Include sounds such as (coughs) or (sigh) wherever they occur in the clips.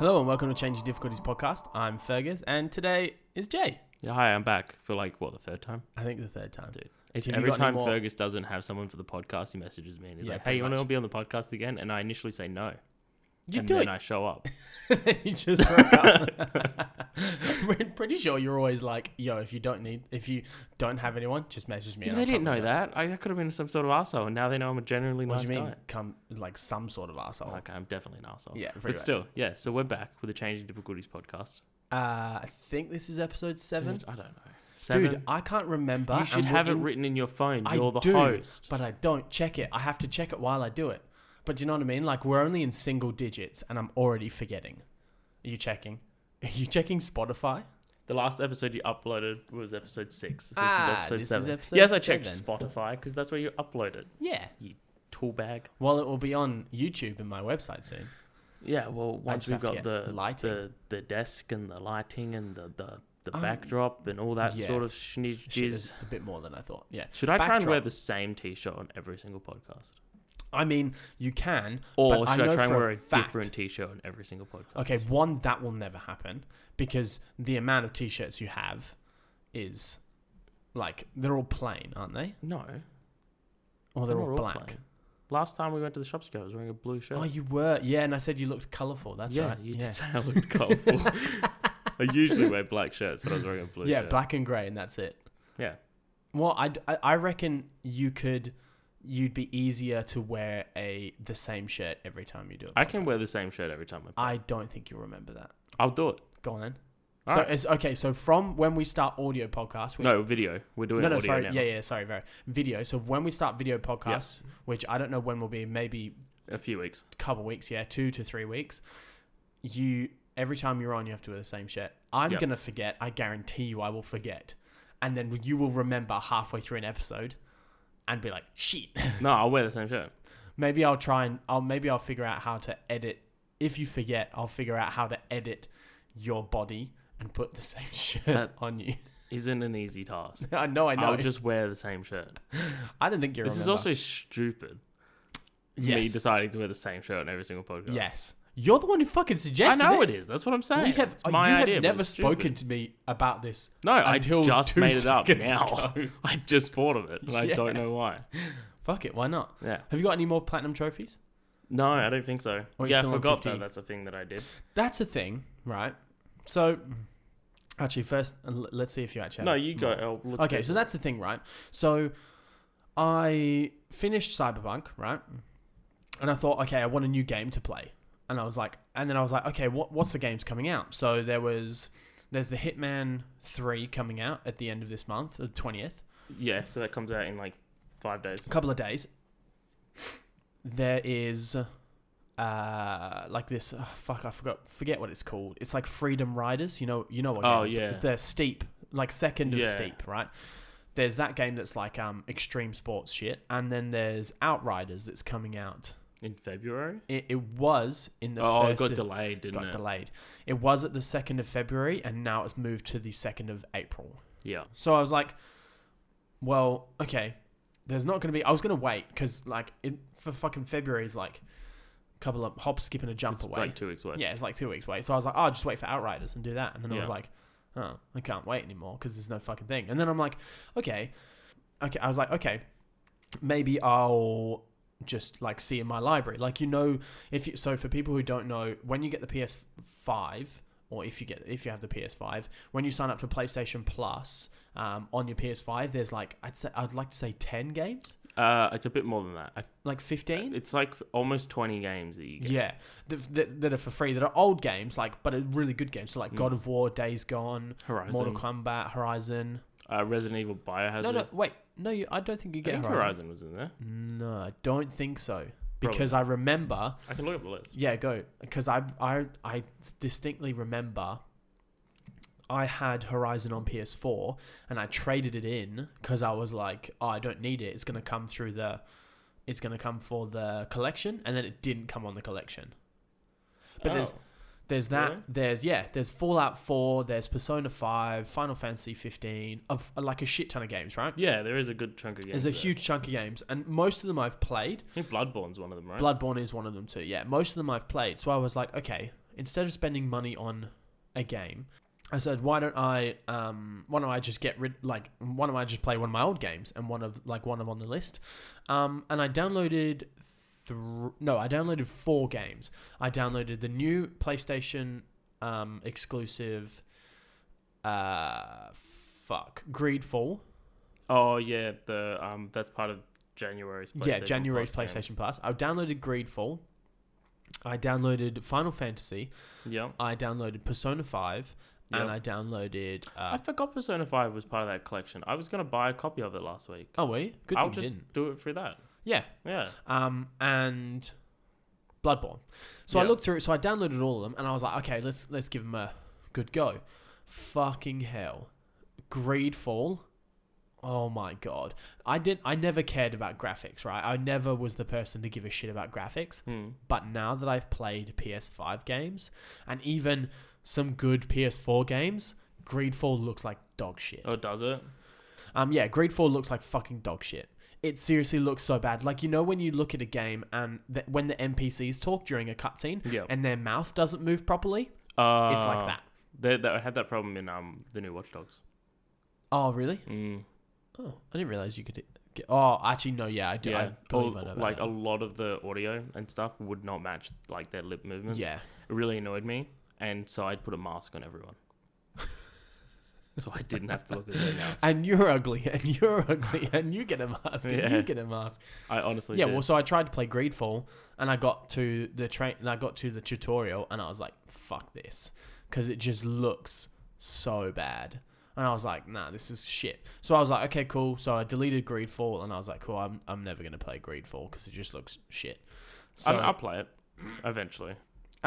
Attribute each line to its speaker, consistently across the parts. Speaker 1: welcome to Change Your Difficulties podcast. I'm Fergus, and today is Jay.
Speaker 2: Yeah, hi, I'm back for like what the third time.
Speaker 1: I think the third time.
Speaker 2: Dude, It's
Speaker 1: Have you
Speaker 2: every
Speaker 1: got any
Speaker 2: time
Speaker 1: more-
Speaker 2: Fergus doesn't have someone for the podcast, he messages me and he's
Speaker 1: Yeah,
Speaker 2: like, "Hey,
Speaker 1: pretty
Speaker 2: you want to
Speaker 1: much.
Speaker 2: be on the podcast again?" And I initially say no,
Speaker 1: You
Speaker 2: and
Speaker 1: do
Speaker 2: then
Speaker 1: it.
Speaker 2: I show up.
Speaker 1: (laughs) you just broke up.
Speaker 2: (laughs)
Speaker 1: (laughs) We're pretty sure you're always like, yo, if you don't need, if you don't have anyone, just message me.
Speaker 2: Yeah,
Speaker 1: and
Speaker 2: they
Speaker 1: I'll
Speaker 2: didn't know
Speaker 1: probably-
Speaker 2: that. I, I could have been some sort of asshole, and now they know I'm a generally
Speaker 1: What
Speaker 2: nice
Speaker 1: do you mean?
Speaker 2: guy.
Speaker 1: Come like some sort of asshole.
Speaker 2: Like Oh, I'm definitely an asshole.
Speaker 1: yeah, pretty
Speaker 2: but
Speaker 1: much.
Speaker 2: still, yeah. So we're back with the Changing Difficulties podcast.
Speaker 1: Uh, I think this is episode seven.
Speaker 2: Dude, I don't know. Seven.
Speaker 1: Dude, I can't remember.
Speaker 2: you should
Speaker 1: and we're
Speaker 2: have it
Speaker 1: in-
Speaker 2: written in your phone.
Speaker 1: I
Speaker 2: You're the
Speaker 1: do,
Speaker 2: host.
Speaker 1: but I don't check it. I have to check it while I do it. But do you know what I mean? Like we're only in single digits, and I'm already forgetting. Are you checking? (laughs) Are you checking Spotify?
Speaker 2: The last episode you uploaded was episode six. This
Speaker 1: Ah,
Speaker 2: is episode
Speaker 1: this is
Speaker 2: seven.
Speaker 1: episode
Speaker 2: yes, I checked
Speaker 1: seven.
Speaker 2: Spotify because that's where you upload it.
Speaker 1: Yeah.
Speaker 2: Tool bag.
Speaker 1: Well, it will be on YouTube and my website soon.
Speaker 2: Yeah, well, once
Speaker 1: just
Speaker 2: we've
Speaker 1: have to
Speaker 2: got
Speaker 1: get
Speaker 2: the
Speaker 1: lighting.
Speaker 2: the the desk and the lighting and the the, the
Speaker 1: Oh,
Speaker 2: backdrop and all that
Speaker 1: yeah.
Speaker 2: sort of schniz
Speaker 1: Shit,
Speaker 2: jizz.
Speaker 1: there's a bit more than I thought. Yeah.
Speaker 2: Should I try and wear
Speaker 1: Backdrop.
Speaker 2: the same t-shirt on every single podcast,
Speaker 1: I mean, you can.
Speaker 2: or
Speaker 1: But I
Speaker 2: should I,
Speaker 1: know
Speaker 2: try and
Speaker 1: for a
Speaker 2: wear a
Speaker 1: fact-
Speaker 2: different t-shirt on every single podcast?
Speaker 1: Okay, one that will never happen because the amount of t-shirts you have is like they're all plain, aren't they?
Speaker 2: No,
Speaker 1: Or they're,
Speaker 2: they're
Speaker 1: all
Speaker 2: all
Speaker 1: black.
Speaker 2: plain. Last time we went to the shop, I was wearing a blue shirt.
Speaker 1: Oh, you were. Yeah, and I said you looked colorful. That's
Speaker 2: yeah,
Speaker 1: right.
Speaker 2: you
Speaker 1: yeah.
Speaker 2: did say
Speaker 1: (laughs)
Speaker 2: I looked colourful. I usually wear black shirts, but I was wearing a blue
Speaker 1: yeah,
Speaker 2: shirt.
Speaker 1: black and gray and that's it.
Speaker 2: Yeah.
Speaker 1: Well, I I I reckon you could you'd be easier to wear a the same shirt every time you do it.
Speaker 2: I can wear the same shirt every time. I,
Speaker 1: I don't think you'll remember that.
Speaker 2: I'll do it.
Speaker 1: Go on then.
Speaker 2: All
Speaker 1: so
Speaker 2: right.
Speaker 1: it's okay. So from when we start audio podcasts, which,
Speaker 2: No video. We're doing
Speaker 1: no, no,
Speaker 2: audio
Speaker 1: sorry,
Speaker 2: now.
Speaker 1: yeah, yeah, sorry, very video. So when we start video podcasts, which I don't know when will be, maybe
Speaker 2: A few weeks.
Speaker 1: a couple weeks, yeah, two to three weeks. You every time you're on, you have to wear the same shirt. I'm
Speaker 2: Yep.
Speaker 1: gonna forget. I guarantee you, I will forget, and then you will remember halfway through an episode, and be like, shit.
Speaker 2: No, I'll wear the same shirt.
Speaker 1: maybe I'll try and I'll maybe I'll figure out how to edit. If you forget, I'll figure out how to edit your body and put the (laughs) same shirt
Speaker 2: That-
Speaker 1: on you. (laughs)
Speaker 2: Isn't an easy task.
Speaker 1: I know, I know.
Speaker 2: I'll just wear the same shirt.
Speaker 1: I don't think you're.
Speaker 2: This is also stupid. Me
Speaker 1: yes.
Speaker 2: deciding to wear the same shirt on every single podcast.
Speaker 1: yes. You're the one who fucking
Speaker 2: I
Speaker 1: suggested
Speaker 2: know
Speaker 1: it.
Speaker 2: it is. That's what I'm saying.
Speaker 1: We have
Speaker 2: It's
Speaker 1: uh,
Speaker 2: my
Speaker 1: you
Speaker 2: idea.
Speaker 1: have
Speaker 2: but
Speaker 1: never
Speaker 2: it's stupid.
Speaker 1: spoken to me about this.
Speaker 2: No, I
Speaker 1: until
Speaker 2: just
Speaker 1: two
Speaker 2: made it up
Speaker 1: seconds
Speaker 2: now.
Speaker 1: ago.
Speaker 2: (laughs) I just thought of it, and I
Speaker 1: (laughs) Yeah.
Speaker 2: don't know why.
Speaker 1: Fuck it, why not?
Speaker 2: Yeah.
Speaker 1: Have you got any more platinum trophies?
Speaker 2: No, I don't think so.
Speaker 1: Or you're
Speaker 2: yeah, I
Speaker 1: still on
Speaker 2: forgot
Speaker 1: 50.
Speaker 2: that. That's a thing that I did.
Speaker 1: That's a thing, right? So, actually, first l- let's see if you actually.
Speaker 2: No,
Speaker 1: have
Speaker 2: you
Speaker 1: more.
Speaker 2: go. I'll look
Speaker 1: Okay,
Speaker 2: at
Speaker 1: so
Speaker 2: it.
Speaker 1: that's the thing, right? So I finished Cyberpunk, right? And I thought, okay, I want a new game to play. And I was like, and then I was like, okay, what what's the games coming out? So there was, there's the Hitman Three coming out at the end of this month, the twentieth,
Speaker 2: yeah. So that comes out in like five days.
Speaker 1: a couple of days. There is, uh, like this. ah, fuck, I forgot, forget what it's called. It's like Freedom Riders. You know, you know what?
Speaker 2: Oh,
Speaker 1: game it is.
Speaker 2: yeah.
Speaker 1: they're steep, like second of
Speaker 2: Yeah.
Speaker 1: steep, right? there's that game that's like um extreme sports shit, and then there's Outriders that's coming out.
Speaker 2: In February.
Speaker 1: It, it was in the
Speaker 2: oh, it
Speaker 1: first
Speaker 2: got
Speaker 1: of-
Speaker 2: delayed, didn't
Speaker 1: got
Speaker 2: it?
Speaker 1: delayed. It was at the second of February, and now it's moved to the second of April.
Speaker 2: Yeah.
Speaker 1: So I was like, well, okay, there's not gonna be. I was gonna wait because like it, for fucking February is like a couple of hop, skip, and a jump
Speaker 2: It's
Speaker 1: away.
Speaker 2: like two weeks away.
Speaker 1: Yeah, it's like two weeks away. So I was like, oh, I'll just wait for Outriders and do that. And then I was
Speaker 2: Yeah.
Speaker 1: like, oh, I can't wait anymore because there's no fucking thing. And then I'm like, okay, okay. I was like, okay, maybe I'll just like see in my library. Like you know, if you, so, for people who don't know, when you get the PS5 or if you get if you have the PS5, when you sign up for PlayStation Plus um, on your PS5, there's like I'd say I'd like to say ten games,
Speaker 2: Uh, it's a bit more than that. I
Speaker 1: like fifteen.
Speaker 2: It's like almost 20 games that you get.
Speaker 1: Yeah, that, that, that are for free. That are old games, like but are really good games. So like God of War, Days Gone,
Speaker 2: Hmm. Horizon,
Speaker 1: Mortal Kombat, Horizon.
Speaker 2: Uh, Resident Evil Biohazard.
Speaker 1: no, no, wait, no, you, I don't think you
Speaker 2: I
Speaker 1: get
Speaker 2: think
Speaker 1: Horizon.
Speaker 2: Horizon. was in there.
Speaker 1: No, I don't think so because I remember.
Speaker 2: I can look up the list.
Speaker 1: Yeah, go because I I I distinctly remember. I had Horizon on PS4 and I traded it in because I was like, oh, I don't need it. It's gonna come through the, it's gonna come for the collection, and then it didn't come on the collection. But there's
Speaker 2: Oh,
Speaker 1: There's that.
Speaker 2: Really?
Speaker 1: There's yeah. There's Fallout Four. There's Persona Five. Final Fantasy Fifteen. Of like a shit ton of games, right?
Speaker 2: yeah, there is a good chunk of games.
Speaker 1: There's a
Speaker 2: there.
Speaker 1: huge chunk of games, and most of them I've played.
Speaker 2: I think Bloodborne's one of them, right?
Speaker 1: Bloodborne is one of them too. Yeah, most of them I've played. So I was like, okay, instead of spending money on a game, I said, why don't I, um, why don't I just get rid, like, why don't I just play one of my old games and one of, like, one of on the list, um, and I downloaded, thr no, I downloaded four games. I downloaded the new PlayStation um, exclusive, uh, fuck, Greedfall.
Speaker 2: Oh yeah, the um, that's part of January's. PlayStation
Speaker 1: Yeah, January's
Speaker 2: Plus
Speaker 1: PlayStation Plus. I downloaded Greedfall. I downloaded Final Fantasy.
Speaker 2: Game. Yeah,
Speaker 1: I downloaded Persona Five,
Speaker 2: Yep.
Speaker 1: and I downloaded.
Speaker 2: I
Speaker 1: Uh,
Speaker 2: forgot Persona Five was part of that collection. I was gonna buy a copy of it last week.
Speaker 1: oh wait, good thing
Speaker 2: I'll
Speaker 1: you
Speaker 2: just
Speaker 1: didn't.
Speaker 2: do it through that.
Speaker 1: Yeah,
Speaker 2: Yeah,
Speaker 1: um, and Bloodborne. So I
Speaker 2: Yeah.
Speaker 1: looked through. So I downloaded all of them, and I was like, okay, let's let's give them a good go. Fucking hell, Greedfall. Oh my god, I did. I never cared about graphics, right? I never was the person to give a shit about graphics.
Speaker 2: hmm.
Speaker 1: But now that I've played PS5 games and even some good PS4 games, Greedfall looks like dog shit.
Speaker 2: oh, does it?
Speaker 1: Um, yeah, Greedfall looks like fucking dog shit. It seriously looks so bad. Like you know when you look at a game and th- when the NPCs talk during a cutscene
Speaker 2: Yeah,
Speaker 1: and their mouth doesn't move properly,
Speaker 2: uh,
Speaker 1: it's like that.
Speaker 2: They, they I had that problem in um the new Watch Dogs.
Speaker 1: Oh really?
Speaker 2: Mm.
Speaker 1: Oh, I didn't realize you could. Get- oh, actually no. Yeah, I do. I
Speaker 2: Yeah,
Speaker 1: believe
Speaker 2: All-
Speaker 1: I know about
Speaker 2: like
Speaker 1: that.
Speaker 2: a lot of the audio and stuff would not match like their lip movements.
Speaker 1: yeah.
Speaker 2: it really annoyed me, and so I'd put a mask on
Speaker 1: (laughs)
Speaker 2: everyone. so I didn't have to look at their mouths.
Speaker 1: And you're ugly, (laughs) and you're ugly, and you get a mask, and
Speaker 2: Yeah.
Speaker 1: you get a mask.
Speaker 2: I honestly
Speaker 1: yeah,
Speaker 2: did.
Speaker 1: well, so I tried to play Greedfall, and I got to the train, and I got to the tutorial, and I was like, "Fuck this," because it just looks so bad. And I was like, "Nah, this is shit." So I was like, "Okay, cool." So I deleted Greedfall, and I was like, "Cool, I'm I'm never gonna play Greedfall because it just looks shit." So
Speaker 2: I
Speaker 1: I,
Speaker 2: I'll play it eventually.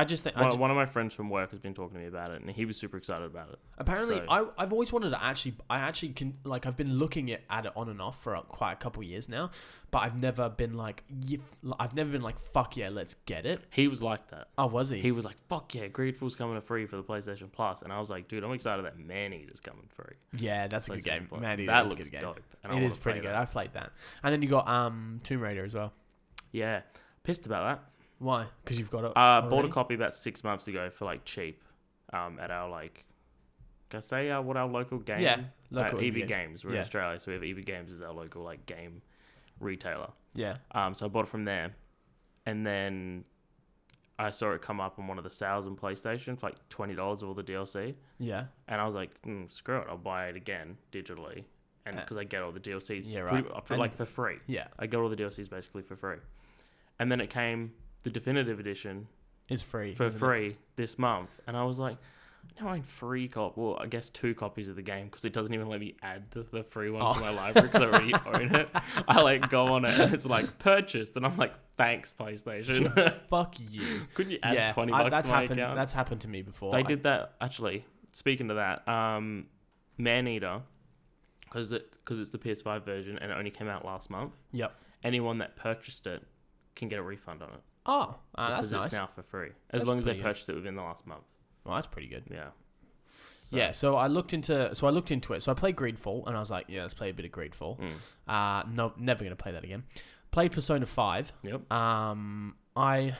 Speaker 1: just think I
Speaker 2: One,
Speaker 1: ju-
Speaker 2: one of my friends from work has been talking to me about it, and he was super excited about it.
Speaker 1: apparently
Speaker 2: so-
Speaker 1: I I've always wanted to actually I actually can like I've been looking at, at it on and off for uh, quite a couple years now, but I've never been like "Ye- I've never been like fuck yeah let's get it.
Speaker 2: He was like that.
Speaker 1: Oh, was he?
Speaker 2: He was like, "Fuck yeah, Greedfall's coming to free for the PlayStation Plus," and I was like, "Dude, I'm excited that Man Eater's coming free."
Speaker 1: yeah, that's a good
Speaker 2: PlayStation
Speaker 1: game.
Speaker 2: Plus.
Speaker 1: Man,
Speaker 2: that
Speaker 1: is a
Speaker 2: looks
Speaker 1: good game.
Speaker 2: dope. And I
Speaker 1: It
Speaker 2: wanna
Speaker 1: is pretty
Speaker 2: play
Speaker 1: good.
Speaker 2: that.
Speaker 1: I've played that. And then you got um Tomb Raider as well.
Speaker 2: Yeah, pissed about that.
Speaker 1: Why? Because you've got it.
Speaker 2: Uh, bought a
Speaker 1: already?
Speaker 2: copy about six months ago for like cheap, um, at our like, can I say uh, what our local game?
Speaker 1: Yeah, local
Speaker 2: uh,
Speaker 1: EB
Speaker 2: EB
Speaker 1: Games.
Speaker 2: Games. We're
Speaker 1: Yeah.
Speaker 2: in Australia, so we have EB Games as our local like game retailer.
Speaker 1: Yeah.
Speaker 2: Um, so I bought it from there, and then I saw it come up on one of the sales on PlayStation for like twenty dollars of all the DLC,
Speaker 1: Yeah.
Speaker 2: and I was like, mm, screw it, I'll buy it again digitally, and
Speaker 1: Uh,
Speaker 2: because I get all the DLCs,
Speaker 1: yeah,
Speaker 2: pretty-
Speaker 1: right.
Speaker 2: for,
Speaker 1: And-
Speaker 2: like for free.
Speaker 1: Yeah.
Speaker 2: I got all the DLCs basically for free, and then it came the definitive edition
Speaker 1: It's free.
Speaker 2: for
Speaker 1: isn't it?
Speaker 2: free this month, and I was like, now I'm free cop. Well, I guess two copies of the game because it doesn't even let me add the, the free one
Speaker 1: Oh.
Speaker 2: to my library because
Speaker 1: (laughs)
Speaker 2: I already own it. I like go on it and it's like purchased, and I'm like, thanks PlayStation.
Speaker 1: Fuck (laughs) you.
Speaker 2: (laughs) Couldn't you add
Speaker 1: yeah.
Speaker 2: twenty
Speaker 1: I-
Speaker 2: bucks
Speaker 1: that's
Speaker 2: to my
Speaker 1: happened.
Speaker 2: account?
Speaker 1: That's happened to me before.
Speaker 2: they
Speaker 1: I-
Speaker 2: did that actually. Speaking to that, um, Maneater, because it because it's the PS5 version and it only came out last month.
Speaker 1: Yep.
Speaker 2: Anyone that purchased it can get a refund on it
Speaker 1: Oh, uh, that's
Speaker 2: because
Speaker 1: nice.
Speaker 2: it's now for free as
Speaker 1: That's
Speaker 2: long as they
Speaker 1: pretty good.
Speaker 2: purchased it within the last month.
Speaker 1: well, that's pretty good.
Speaker 2: Yeah.
Speaker 1: Yeah. So I looked into. So I looked into it. So I played Greedfall, and I was like, yeah, let's play a bit of Greedfall.
Speaker 2: Mm.
Speaker 1: Uh, no, never gonna play that again. Played Persona Five.
Speaker 2: Yep.
Speaker 1: Um, I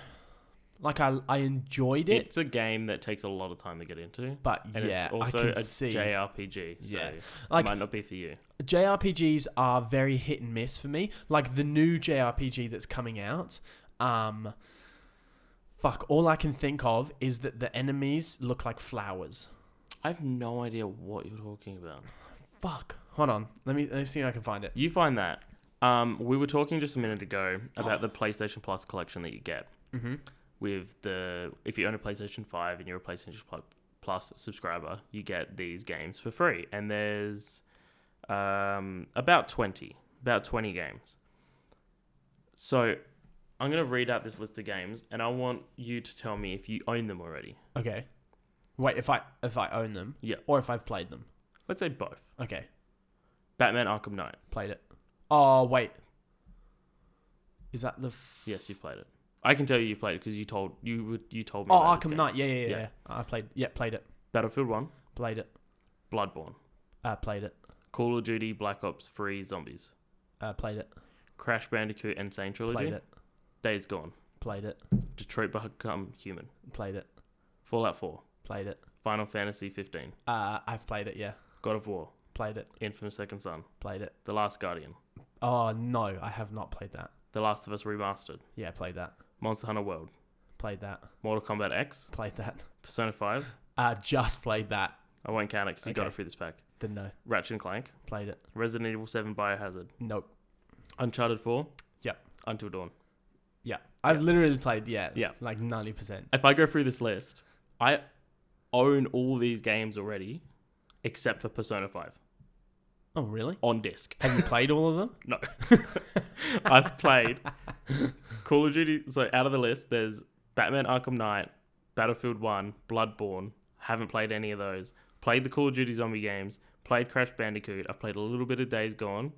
Speaker 1: like I I enjoyed it,
Speaker 2: It's a game that takes a lot of time to get into.
Speaker 1: but
Speaker 2: And
Speaker 1: yeah,
Speaker 2: it's also
Speaker 1: I
Speaker 2: a
Speaker 1: can see.
Speaker 2: JRPG. So
Speaker 1: Yeah.
Speaker 2: it
Speaker 1: Like-
Speaker 2: might not be for you.
Speaker 1: JRPGs are very hit and miss for me. Like the new JRPG that's coming out, um, fuck, all I can think of is that the enemies look like flowers.
Speaker 2: I have no idea what you're talking about.
Speaker 1: Fuck. Hold on. Let me let me see if I can find it.
Speaker 2: You find that. Um, we were talking just a minute ago about
Speaker 1: Oh.
Speaker 2: the PlayStation Plus collection that you get
Speaker 1: Mm-hmm.
Speaker 2: with the if you own a PlayStation 5 and you're a PlayStation Plu- Plus subscriber, you get these games for free. And there's um, about 20, about 20 games. So I'm going to read out this list of games and I want you to tell me if you own them already.
Speaker 1: Okay. Wait, if I if I own them,
Speaker 2: Yeah.
Speaker 1: or if I've played them.
Speaker 2: Let's say both.
Speaker 1: Okay,
Speaker 2: Batman Arkham Knight.
Speaker 1: played it. Oh wait, is that the? F-
Speaker 2: Yes, you've played it. I can tell you you've played it because you told you would you told me.
Speaker 1: Oh,
Speaker 2: about this
Speaker 1: Arkham
Speaker 2: game.
Speaker 1: Knight. Yeah, yeah, yeah,
Speaker 2: Yeah.
Speaker 1: yeah. I played. Yeah, played it.
Speaker 2: Battlefield 1,
Speaker 1: Played it.
Speaker 2: Bloodborne,
Speaker 1: Uh, played it.
Speaker 2: Call of Duty Black Ops 3 Zombies,
Speaker 1: Uh, played it.
Speaker 2: Crash Bandicoot Insane Trilogy,
Speaker 1: Played it.
Speaker 2: Days Gone,
Speaker 1: Played it.
Speaker 2: Detroit Become Human,
Speaker 1: Played it.
Speaker 2: Fallout 4,
Speaker 1: Played it.
Speaker 2: Final Fantasy 15,
Speaker 1: Uh, I've played it. Yeah,
Speaker 2: God of War,
Speaker 1: played it.
Speaker 2: Infamous Second Son,
Speaker 1: Played it.
Speaker 2: The Last Guardian,
Speaker 1: Oh no, I have not played that.
Speaker 2: The Last of Us Remastered,
Speaker 1: Yeah, played that.
Speaker 2: Monster Hunter World,
Speaker 1: Played that.
Speaker 2: Mortal Kombat X,
Speaker 1: Played that. (laughs)
Speaker 2: Persona 5.
Speaker 1: Uh, just played that.
Speaker 2: I won't count it because you got
Speaker 1: Okay.
Speaker 2: it through this pack.
Speaker 1: Didn't know.
Speaker 2: Ratchet and Clank,
Speaker 1: Played it.
Speaker 2: Resident Evil 7 Biohazard,
Speaker 1: Nope.
Speaker 2: Uncharted 4.
Speaker 1: Yep.
Speaker 2: Until Dawn.
Speaker 1: Yeah, I've
Speaker 2: Yeah.
Speaker 1: literally played. Yeah,
Speaker 2: Yeah.
Speaker 1: like ninety percent.
Speaker 2: If I go through this list, I own all these games already except for Persona 5
Speaker 1: Oh really?
Speaker 2: on disc.
Speaker 1: Have you played all of them?
Speaker 2: No. I've played Call of Duty. So out of the list, there's Batman Arkham Knight, Battlefield 1, Bloodborne. Haven't played any of those. Played the Call of Duty zombie games. Played Crash Bandicoot. I've played a little bit of Days Gone.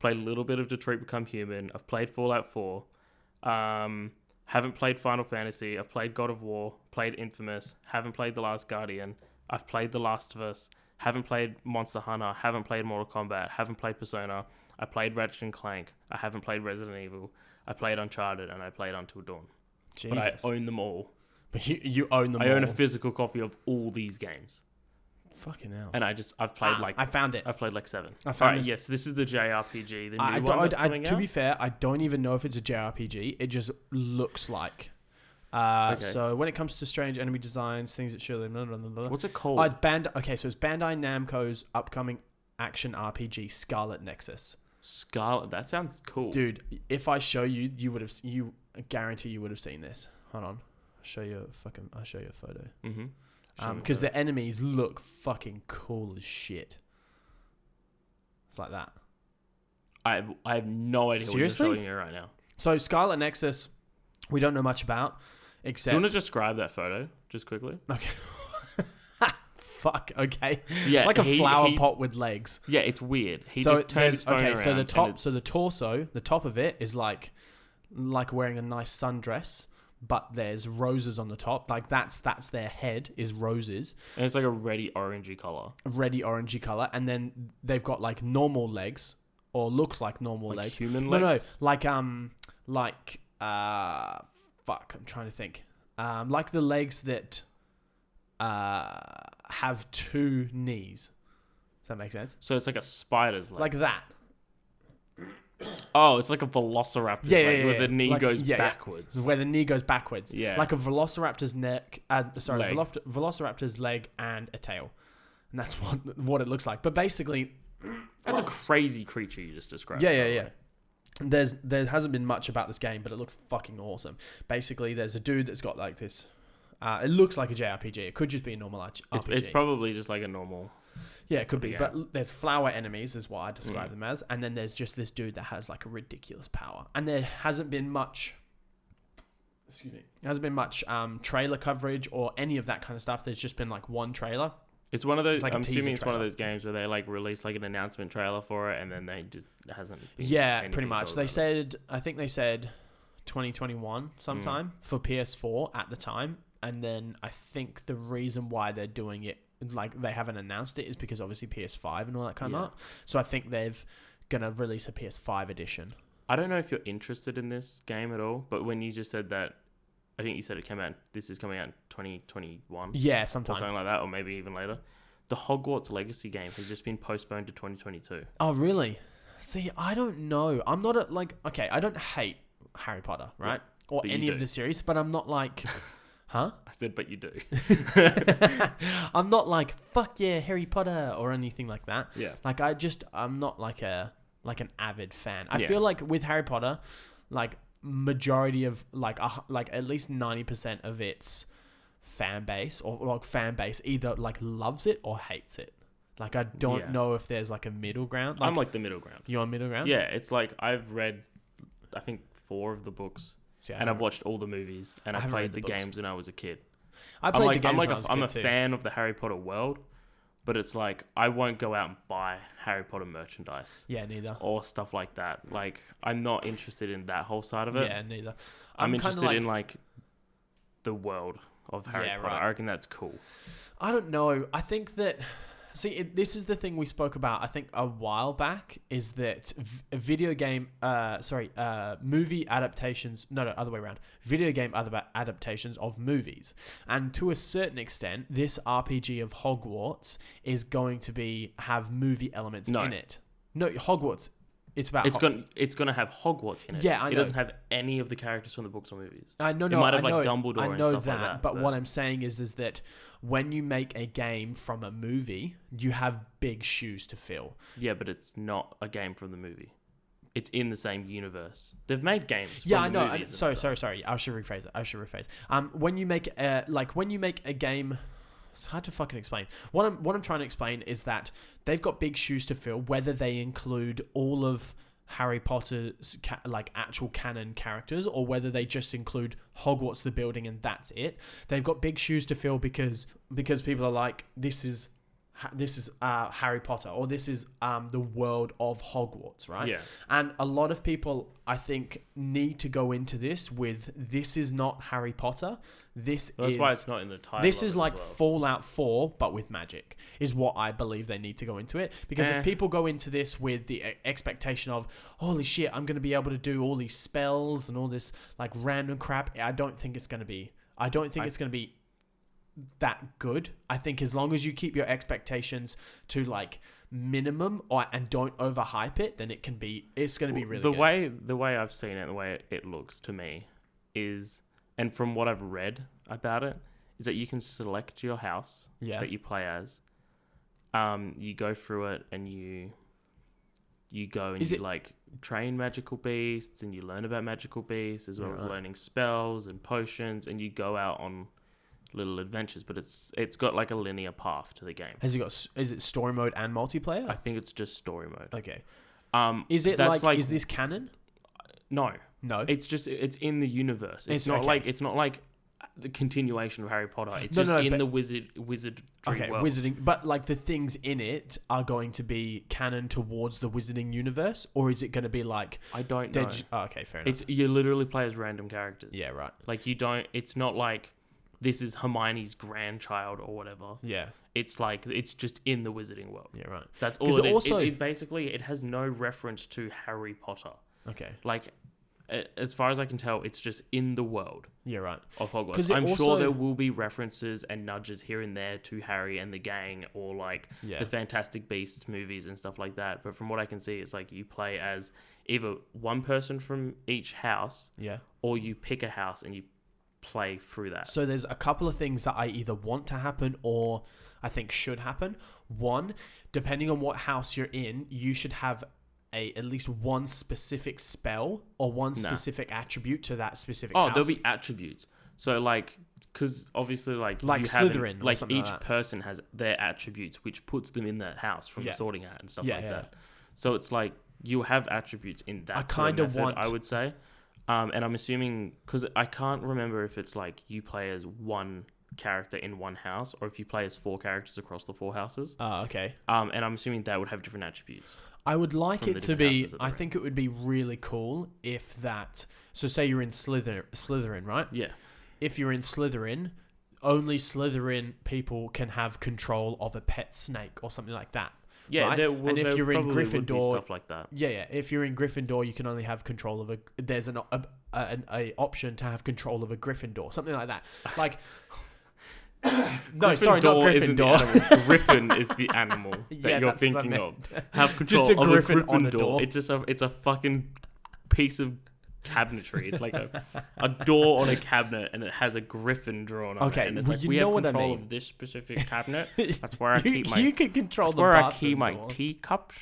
Speaker 2: Played a little bit of Detroit Become Human. I've played Fallout 4. Um, haven't played Final Fantasy. I've played God of War. Played Infamous. Haven't played The Last Guardian. I've played The Last of Us. Haven't played Monster Hunter. Haven't played Mortal Kombat. Haven't played Persona. I played Ratchet and Clank. I haven't played Resident Evil. I played Uncharted and I played Until Dawn.
Speaker 1: Jesus.
Speaker 2: (laughs) But I own them all.
Speaker 1: But you, you own them.
Speaker 2: I own a
Speaker 1: all.
Speaker 2: physical copy of all these games,
Speaker 1: fucking hell.
Speaker 2: and I just I've played
Speaker 1: Ah,
Speaker 2: like
Speaker 1: I found it.
Speaker 2: I've played like seven.
Speaker 1: I
Speaker 2: All
Speaker 1: found
Speaker 2: right,
Speaker 1: this-
Speaker 2: yes, this is the JRPG, the new
Speaker 1: I, I
Speaker 2: one
Speaker 1: don't-
Speaker 2: that's
Speaker 1: I-
Speaker 2: coming
Speaker 1: to
Speaker 2: out.
Speaker 1: be fair, I don't even know if it's a JRPG. It just looks like. Uh,
Speaker 2: Okay.
Speaker 1: So when it comes to strange enemy designs, things that surely. Blah, blah, blah, blah.
Speaker 2: What's it
Speaker 1: Oh,
Speaker 2: called?
Speaker 1: it's Bandai. Okay, so it's Bandai Namco's upcoming action RPG, Scarlet Nexus.
Speaker 2: Scarlet. That sounds cool.
Speaker 1: Dude, if I show you, you would have. s- You I guarantee you would have seen this. Hold on, I'll show you a fucking. I'll show you a photo.
Speaker 2: Mm-hmm.
Speaker 1: Because the enemies look fucking cool as shit. It's like that.
Speaker 2: I have, I have no idea
Speaker 1: Seriously?
Speaker 2: what you're showing me right now.
Speaker 1: So Scarlet Nexus, we don't know much about,
Speaker 2: Do you
Speaker 1: except
Speaker 2: want to describe that photo just quickly?
Speaker 1: fuck. Okay,
Speaker 2: Yeah,
Speaker 1: it's like a
Speaker 2: he-
Speaker 1: flower
Speaker 2: he-
Speaker 1: pot with legs.
Speaker 2: Yeah, it's weird. He
Speaker 1: so
Speaker 2: just
Speaker 1: it-
Speaker 2: turned
Speaker 1: there's-
Speaker 2: his phone
Speaker 1: okay,
Speaker 2: around.
Speaker 1: so the
Speaker 2: and
Speaker 1: top,
Speaker 2: it's-
Speaker 1: so the torso, the top of it is like like wearing a nice sundress, but there's roses on the top. Like that's that's their head is roses.
Speaker 2: and it's like a reddy orangey color,
Speaker 1: reddy orangey color, and then they've got like normal legs or looks like normal
Speaker 2: like
Speaker 1: legs.
Speaker 2: human
Speaker 1: No,
Speaker 2: legs.
Speaker 1: no, like um, like uh, fuck, I'm trying to think. Um, like the legs that uh have two knees. Does that make sense?
Speaker 2: So it's like a spider's leg.
Speaker 1: Like that.
Speaker 2: Oh, it's like a velociraptor.
Speaker 1: Yeah,
Speaker 2: like,
Speaker 1: yeah, yeah,
Speaker 2: Where the
Speaker 1: yeah.
Speaker 2: knee
Speaker 1: Like-
Speaker 2: goes
Speaker 1: yeah, yeah.
Speaker 2: backwards.
Speaker 1: Where the knee goes backwards.
Speaker 2: Yeah.
Speaker 1: Like a velociraptor's neck. Uh, sorry,
Speaker 2: Leg.
Speaker 1: velopt- velociraptor's leg and a tail, and that's (laughs) what what it looks like. But basically,
Speaker 2: That's a crazy creature you just described.
Speaker 1: Yeah,
Speaker 2: by
Speaker 1: yeah,
Speaker 2: the
Speaker 1: yeah.
Speaker 2: way.
Speaker 1: there's there hasn't been much about this game, but it looks fucking awesome. Basically, there's a dude that's got like this. Uh, it looks like a JRPG. It could just be a normal R-
Speaker 2: It's,
Speaker 1: RPG.
Speaker 2: it's probably just like a normal.
Speaker 1: yeah, it could be.
Speaker 2: yeah. Mm.
Speaker 1: But l- there's flower enemies, is what I describe them as, and then there's just this dude that has like a ridiculous power. And there hasn't been much. Excuse me. There hasn't been much um, trailer coverage or any of that kind of stuff. There's just been like one trailer.
Speaker 2: It's one of those.
Speaker 1: like a
Speaker 2: I'm
Speaker 1: teaser
Speaker 2: assuming it's one of
Speaker 1: trailer.
Speaker 2: those games where they like release like an announcement trailer for it, and then they just it hasn't. been
Speaker 1: Yeah,
Speaker 2: anything
Speaker 1: pretty much.
Speaker 2: told
Speaker 1: They
Speaker 2: about it.
Speaker 1: said, I think they said 2021 sometime
Speaker 2: Mm.
Speaker 1: for PS4 at the time. And then I think the reason why they're doing it, like they haven't announced it, is because obviously PS5 and all that come
Speaker 2: Yeah.
Speaker 1: up. So I think they've gonna release a PS5 edition.
Speaker 2: I don't know if you're interested in this game at all, but when you just said that, I think you said it came out. This is coming out in 2021
Speaker 1: Yeah,
Speaker 2: or
Speaker 1: sometime.
Speaker 2: something like that, or maybe even later. The Hogwarts Legacy game has just been postponed to 2022.
Speaker 1: Oh, really? See, I don't know. I'm not a, like okay. I don't hate Harry Potter,
Speaker 2: Yeah,
Speaker 1: right? Or
Speaker 2: but you
Speaker 1: any of
Speaker 2: do.
Speaker 1: the series, but I'm not
Speaker 2: (laughs)
Speaker 1: like, huh? (laughs)
Speaker 2: I said, but you do.
Speaker 1: I'm not like fuck yeah Harry Potter or anything like that.
Speaker 2: yeah. (laughs)
Speaker 1: Like I just I'm not like a like an avid fan. I
Speaker 2: Yeah.
Speaker 1: feel like with Harry Potter, like majority of like a, hu- like at least ninety percent of its fan base or like fan base either like loves it or hates it. Like I don't
Speaker 2: Yeah.
Speaker 1: know if there's like a middle ground. Like,
Speaker 2: I'm like the middle ground.
Speaker 1: you're on middle ground.
Speaker 2: Yeah, it's like I've read, I think four of the books,
Speaker 1: See, I
Speaker 2: and I've
Speaker 1: haven't-
Speaker 2: watched all the movies, and
Speaker 1: I
Speaker 2: I,
Speaker 1: haven't read
Speaker 2: played
Speaker 1: the
Speaker 2: the,
Speaker 1: books.
Speaker 2: games when I was a kid.
Speaker 1: I
Speaker 2: I'm
Speaker 1: played
Speaker 2: like,
Speaker 1: the
Speaker 2: I'm
Speaker 1: games
Speaker 2: like,
Speaker 1: when I was
Speaker 2: a, I'm a
Speaker 1: kid too.
Speaker 2: fan of the Harry Potter world, but it's like I won't go out and buy Harry Potter merchandise
Speaker 1: Yeah, neither.
Speaker 2: or stuff like that. Like I'm not interested in that whole side of it.
Speaker 1: Yeah, neither.
Speaker 2: I'm,
Speaker 1: kinda
Speaker 2: interested in like the world of Harry
Speaker 1: Yeah,
Speaker 2: Potter.
Speaker 1: right.
Speaker 2: I reckon that's cool.
Speaker 1: I don't know. I think that See, it, this is the thing we spoke about, I think, a while back, is that v- video game, uh, sorry, uh, movie adaptations, no, no, other way around, video game adap- adaptations of movies. And to a certain extent, this RPG of Hogwarts is going to be, have movie elements
Speaker 2: No.
Speaker 1: in it. No, Hogwarts, it's about
Speaker 2: It's
Speaker 1: Hog-
Speaker 2: going it's going to have Hogwarts in it.
Speaker 1: Yeah, I
Speaker 2: it
Speaker 1: know.
Speaker 2: doesn't have any of the characters from the books or movies.
Speaker 1: I know,
Speaker 2: It
Speaker 1: no,
Speaker 2: might have,
Speaker 1: I
Speaker 2: like,
Speaker 1: know,
Speaker 2: Dumbledore
Speaker 1: I
Speaker 2: and
Speaker 1: know
Speaker 2: stuff like that,
Speaker 1: but,
Speaker 2: but-
Speaker 1: what I'm saying is, is that when you make a game from a movie, you have big shoes to fill.
Speaker 2: Yeah, but it's not a game from the movie. It's in the same universe. They've made games.
Speaker 1: yeah,
Speaker 2: from
Speaker 1: I
Speaker 2: the
Speaker 1: know. I-
Speaker 2: movies and
Speaker 1: sorry,
Speaker 2: stuff.
Speaker 1: sorry, sorry. I should rephrase it. I should rephrase. Um, when you make a like when you make a game, it's hard to fucking explain. What I'm what I'm trying to explain is that they've got big shoes to fill. Whether they include all of Harry Potter's ca- like actual canon characters, or whether they just include Hogwarts the building and that's it. They've got big shoes to fill because because people are like this is. ha- This is uh, Harry Potter, or this is um, the world of Hogwarts, right?
Speaker 2: Yeah.
Speaker 1: And a lot of people, I think, need to go into this with this is not Harry Potter. This
Speaker 2: That's
Speaker 1: is
Speaker 2: why it's not in the title.
Speaker 1: this
Speaker 2: of
Speaker 1: is
Speaker 2: it as
Speaker 1: like
Speaker 2: well.
Speaker 1: Fallout 4, but with magic, is what I believe they need to go into it. Because
Speaker 2: Eh.
Speaker 1: if people go into this with the e- expectation of, holy shit, I'm going to be able to do all these spells and all this like random crap, I don't think it's going to be. I don't think
Speaker 2: I-
Speaker 1: it's going to be that good. I think as long as you keep your expectations to like minimum or and don't overhype it, then it can be. It's going to be
Speaker 2: Well,
Speaker 1: really
Speaker 2: the
Speaker 1: good.
Speaker 2: way the way I've seen it, the way it, it looks to me is, and from what I've read about it, is that you can select your house
Speaker 1: yeah.
Speaker 2: that you play as. Um, you go through it and you you go and
Speaker 1: Is
Speaker 2: you
Speaker 1: it-
Speaker 2: like train magical beasts and you learn about magical beasts as well as
Speaker 1: Right.
Speaker 2: learning spells and potions and you go out on little adventures. But it's it's got like a linear path to the game.
Speaker 1: Has he got? s- Is it story mode and
Speaker 2: I
Speaker 1: multiplayer?
Speaker 2: think it's just story mode.
Speaker 1: Okay.
Speaker 2: Um,
Speaker 1: Is it like,
Speaker 2: That's like-
Speaker 1: Is this canon?
Speaker 2: no,
Speaker 1: No.
Speaker 2: It's just it's in the universe.
Speaker 1: It's-
Speaker 2: It's, not
Speaker 1: okay.
Speaker 2: like it's not like the continuation of Harry Potter. It's
Speaker 1: No,
Speaker 2: just
Speaker 1: no,
Speaker 2: in
Speaker 1: but-
Speaker 2: the wizard wizard
Speaker 1: Okay,
Speaker 2: world.
Speaker 1: wizarding, but like the things in it are going to be canon towards the wizarding universe, or is it going to be like?
Speaker 2: I don't
Speaker 1: they're
Speaker 2: know.
Speaker 1: j- oh, okay, fair enough.
Speaker 2: It's you literally play as random characters.
Speaker 1: yeah, right.
Speaker 2: Like you don't. It's not like this is Hermione's grandchild or whatever.
Speaker 1: Yeah,
Speaker 2: It's like it's just in the wizarding world.
Speaker 1: yeah, right.
Speaker 2: That's all
Speaker 1: 'Cause
Speaker 2: it is. It-
Speaker 1: also-
Speaker 2: it basically it has no reference to Harry Potter.
Speaker 1: Okay,
Speaker 2: Like a- as far as I can tell, it's just in the world.
Speaker 1: yeah, right.
Speaker 2: of
Speaker 1: 'Cause
Speaker 2: Hogwarts.
Speaker 1: it
Speaker 2: I'm
Speaker 1: also-
Speaker 2: sure there will be references and nudges here and there to Harry and the gang or like
Speaker 1: Yeah.
Speaker 2: the Fantastic Beasts movies and stuff like that. But from what I can see, it's like you play as either one person from each house
Speaker 1: Yeah.
Speaker 2: or you pick a house and you play through that.
Speaker 1: So there's a couple of things that I either want to happen or I think should happen. One, depending on what house you're in, you should have a at least one specific spell or one specific attribute to that specific.
Speaker 2: Oh,
Speaker 1: house.
Speaker 2: there'll be attributes. So like, because obviously like
Speaker 1: Like
Speaker 2: you haven't-
Speaker 1: Slytherin or
Speaker 2: like
Speaker 1: something like
Speaker 2: each
Speaker 1: that.
Speaker 2: person has their attributes, which puts them in that house from
Speaker 1: Yeah.
Speaker 2: the Sorting Hat and stuff
Speaker 1: Yeah,
Speaker 2: like
Speaker 1: yeah.
Speaker 2: that. So it's like you have attributes in that.
Speaker 1: I
Speaker 2: sort
Speaker 1: kinda
Speaker 2: method,
Speaker 1: want-
Speaker 2: I would say, um, and I'm assuming because I can't remember if it's like you play as one character in one house or if you play as four characters across the four houses.
Speaker 1: Ah, okay.
Speaker 2: Um, and I'm assuming they would have different attributes.
Speaker 1: I would like
Speaker 2: from
Speaker 1: it
Speaker 2: the
Speaker 1: to
Speaker 2: different
Speaker 1: be.
Speaker 2: houses that
Speaker 1: I
Speaker 2: they're in.
Speaker 1: think it would be really cool if that. So say you're in Slither, Slytherin, right?
Speaker 2: Yeah,
Speaker 1: If you're in Slytherin, only Slytherin people can have control of a pet snake or something like that.
Speaker 2: yeah.
Speaker 1: Right?
Speaker 2: There will,
Speaker 1: And if
Speaker 2: there
Speaker 1: you're in
Speaker 2: probably would be
Speaker 1: Gryffindor-
Speaker 2: stuff like that.
Speaker 1: Yeah, yeah. If you're in Gryffindor, you can only have control of a. There's an a, an a option to have control of a Gryffindor, something like
Speaker 2: (laughs)
Speaker 1: that. Like. (coughs) no, sorry, not
Speaker 2: Gryffindor isn't the
Speaker 1: Gryffindor.
Speaker 2: animal. Griffin
Speaker 1: (laughs)
Speaker 2: is the animal that
Speaker 1: Yeah,
Speaker 2: you're
Speaker 1: that's what I
Speaker 2: thinking of.
Speaker 1: meant. (laughs)
Speaker 2: Have control
Speaker 1: a
Speaker 2: of
Speaker 1: griffin
Speaker 2: a Gryffindor.
Speaker 1: on a door.
Speaker 2: door. It's just a it's a fucking piece of cabinetry. It's like a, a door on a cabinet, and it has a Griffin drawn on
Speaker 1: Okay,
Speaker 2: it. And it's
Speaker 1: well,
Speaker 2: like
Speaker 1: you
Speaker 2: we
Speaker 1: know
Speaker 2: have
Speaker 1: what I
Speaker 2: control
Speaker 1: mean.
Speaker 2: of this specific
Speaker 1: (laughs)
Speaker 2: cabinet. That's where I
Speaker 1: you,
Speaker 2: keep my
Speaker 1: you can control
Speaker 2: that's
Speaker 1: the
Speaker 2: where I
Speaker 1: bathroom
Speaker 2: keep my
Speaker 1: door.
Speaker 2: teacups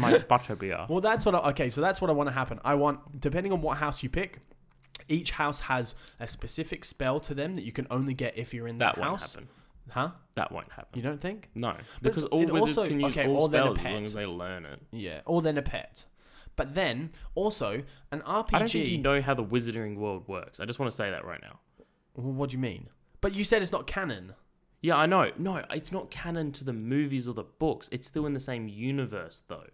Speaker 1: (laughs)
Speaker 2: my butterbeer.
Speaker 1: Well, that's what. I, okay, so that's what I want to happen. I want, depending on what house you pick, each house has a specific spell to them that you can only get if you're in that,
Speaker 2: That won't
Speaker 1: house.
Speaker 2: happen.
Speaker 1: Huh?
Speaker 2: That won't happen.
Speaker 1: You don't think?
Speaker 2: No, because all
Speaker 1: it
Speaker 2: wizards
Speaker 1: also-
Speaker 2: can use
Speaker 1: okay,
Speaker 2: all
Speaker 1: or then a
Speaker 2: spells as
Speaker 1: pet.
Speaker 2: long as they learn it.
Speaker 1: Yeah. Or then a pet. But then also an RPG.
Speaker 2: I don't think you know how the wizarding world works. I just want to say that right now.
Speaker 1: Well, what do you mean? But you said it's not canon.
Speaker 2: Yeah, I know. No, it's not canon to the movies or the books. It's still in the same universe, though.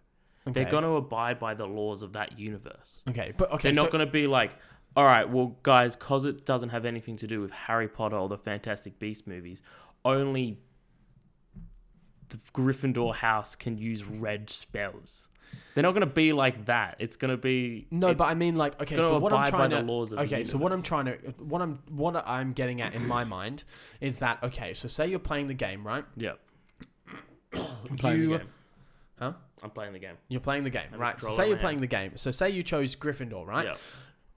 Speaker 2: They're
Speaker 1: Okay.
Speaker 2: going to abide by the laws of that universe.
Speaker 1: Okay, but okay.
Speaker 2: They're
Speaker 1: so,
Speaker 2: not going to be like, all right, well, guys, because it doesn't have anything to do with Harry Potter or the Fantastic Beast movies, only the Gryffindor house can use red spells. They're not going to be like that. It's going to be
Speaker 1: No,
Speaker 2: it-
Speaker 1: but I mean, like, okay,
Speaker 2: gotta
Speaker 1: so what I'm
Speaker 2: abide by
Speaker 1: trying
Speaker 2: the
Speaker 1: to
Speaker 2: laws of the
Speaker 1: okay, so what I'm
Speaker 2: universe.
Speaker 1: trying to what I'm what I'm getting at in my mind is that okay, so say you're playing the game, right?
Speaker 2: yeah.
Speaker 1: (coughs)
Speaker 2: I'm
Speaker 1: playing
Speaker 2: playing
Speaker 1: the You-
Speaker 2: the game.
Speaker 1: Huh?
Speaker 2: I'm playing the game.
Speaker 1: You're playing the game,
Speaker 2: I'm
Speaker 1: right? So
Speaker 2: controlling
Speaker 1: say you're
Speaker 2: my
Speaker 1: playing
Speaker 2: hand.
Speaker 1: the game. So say you chose Gryffindor, right?
Speaker 2: Yeah.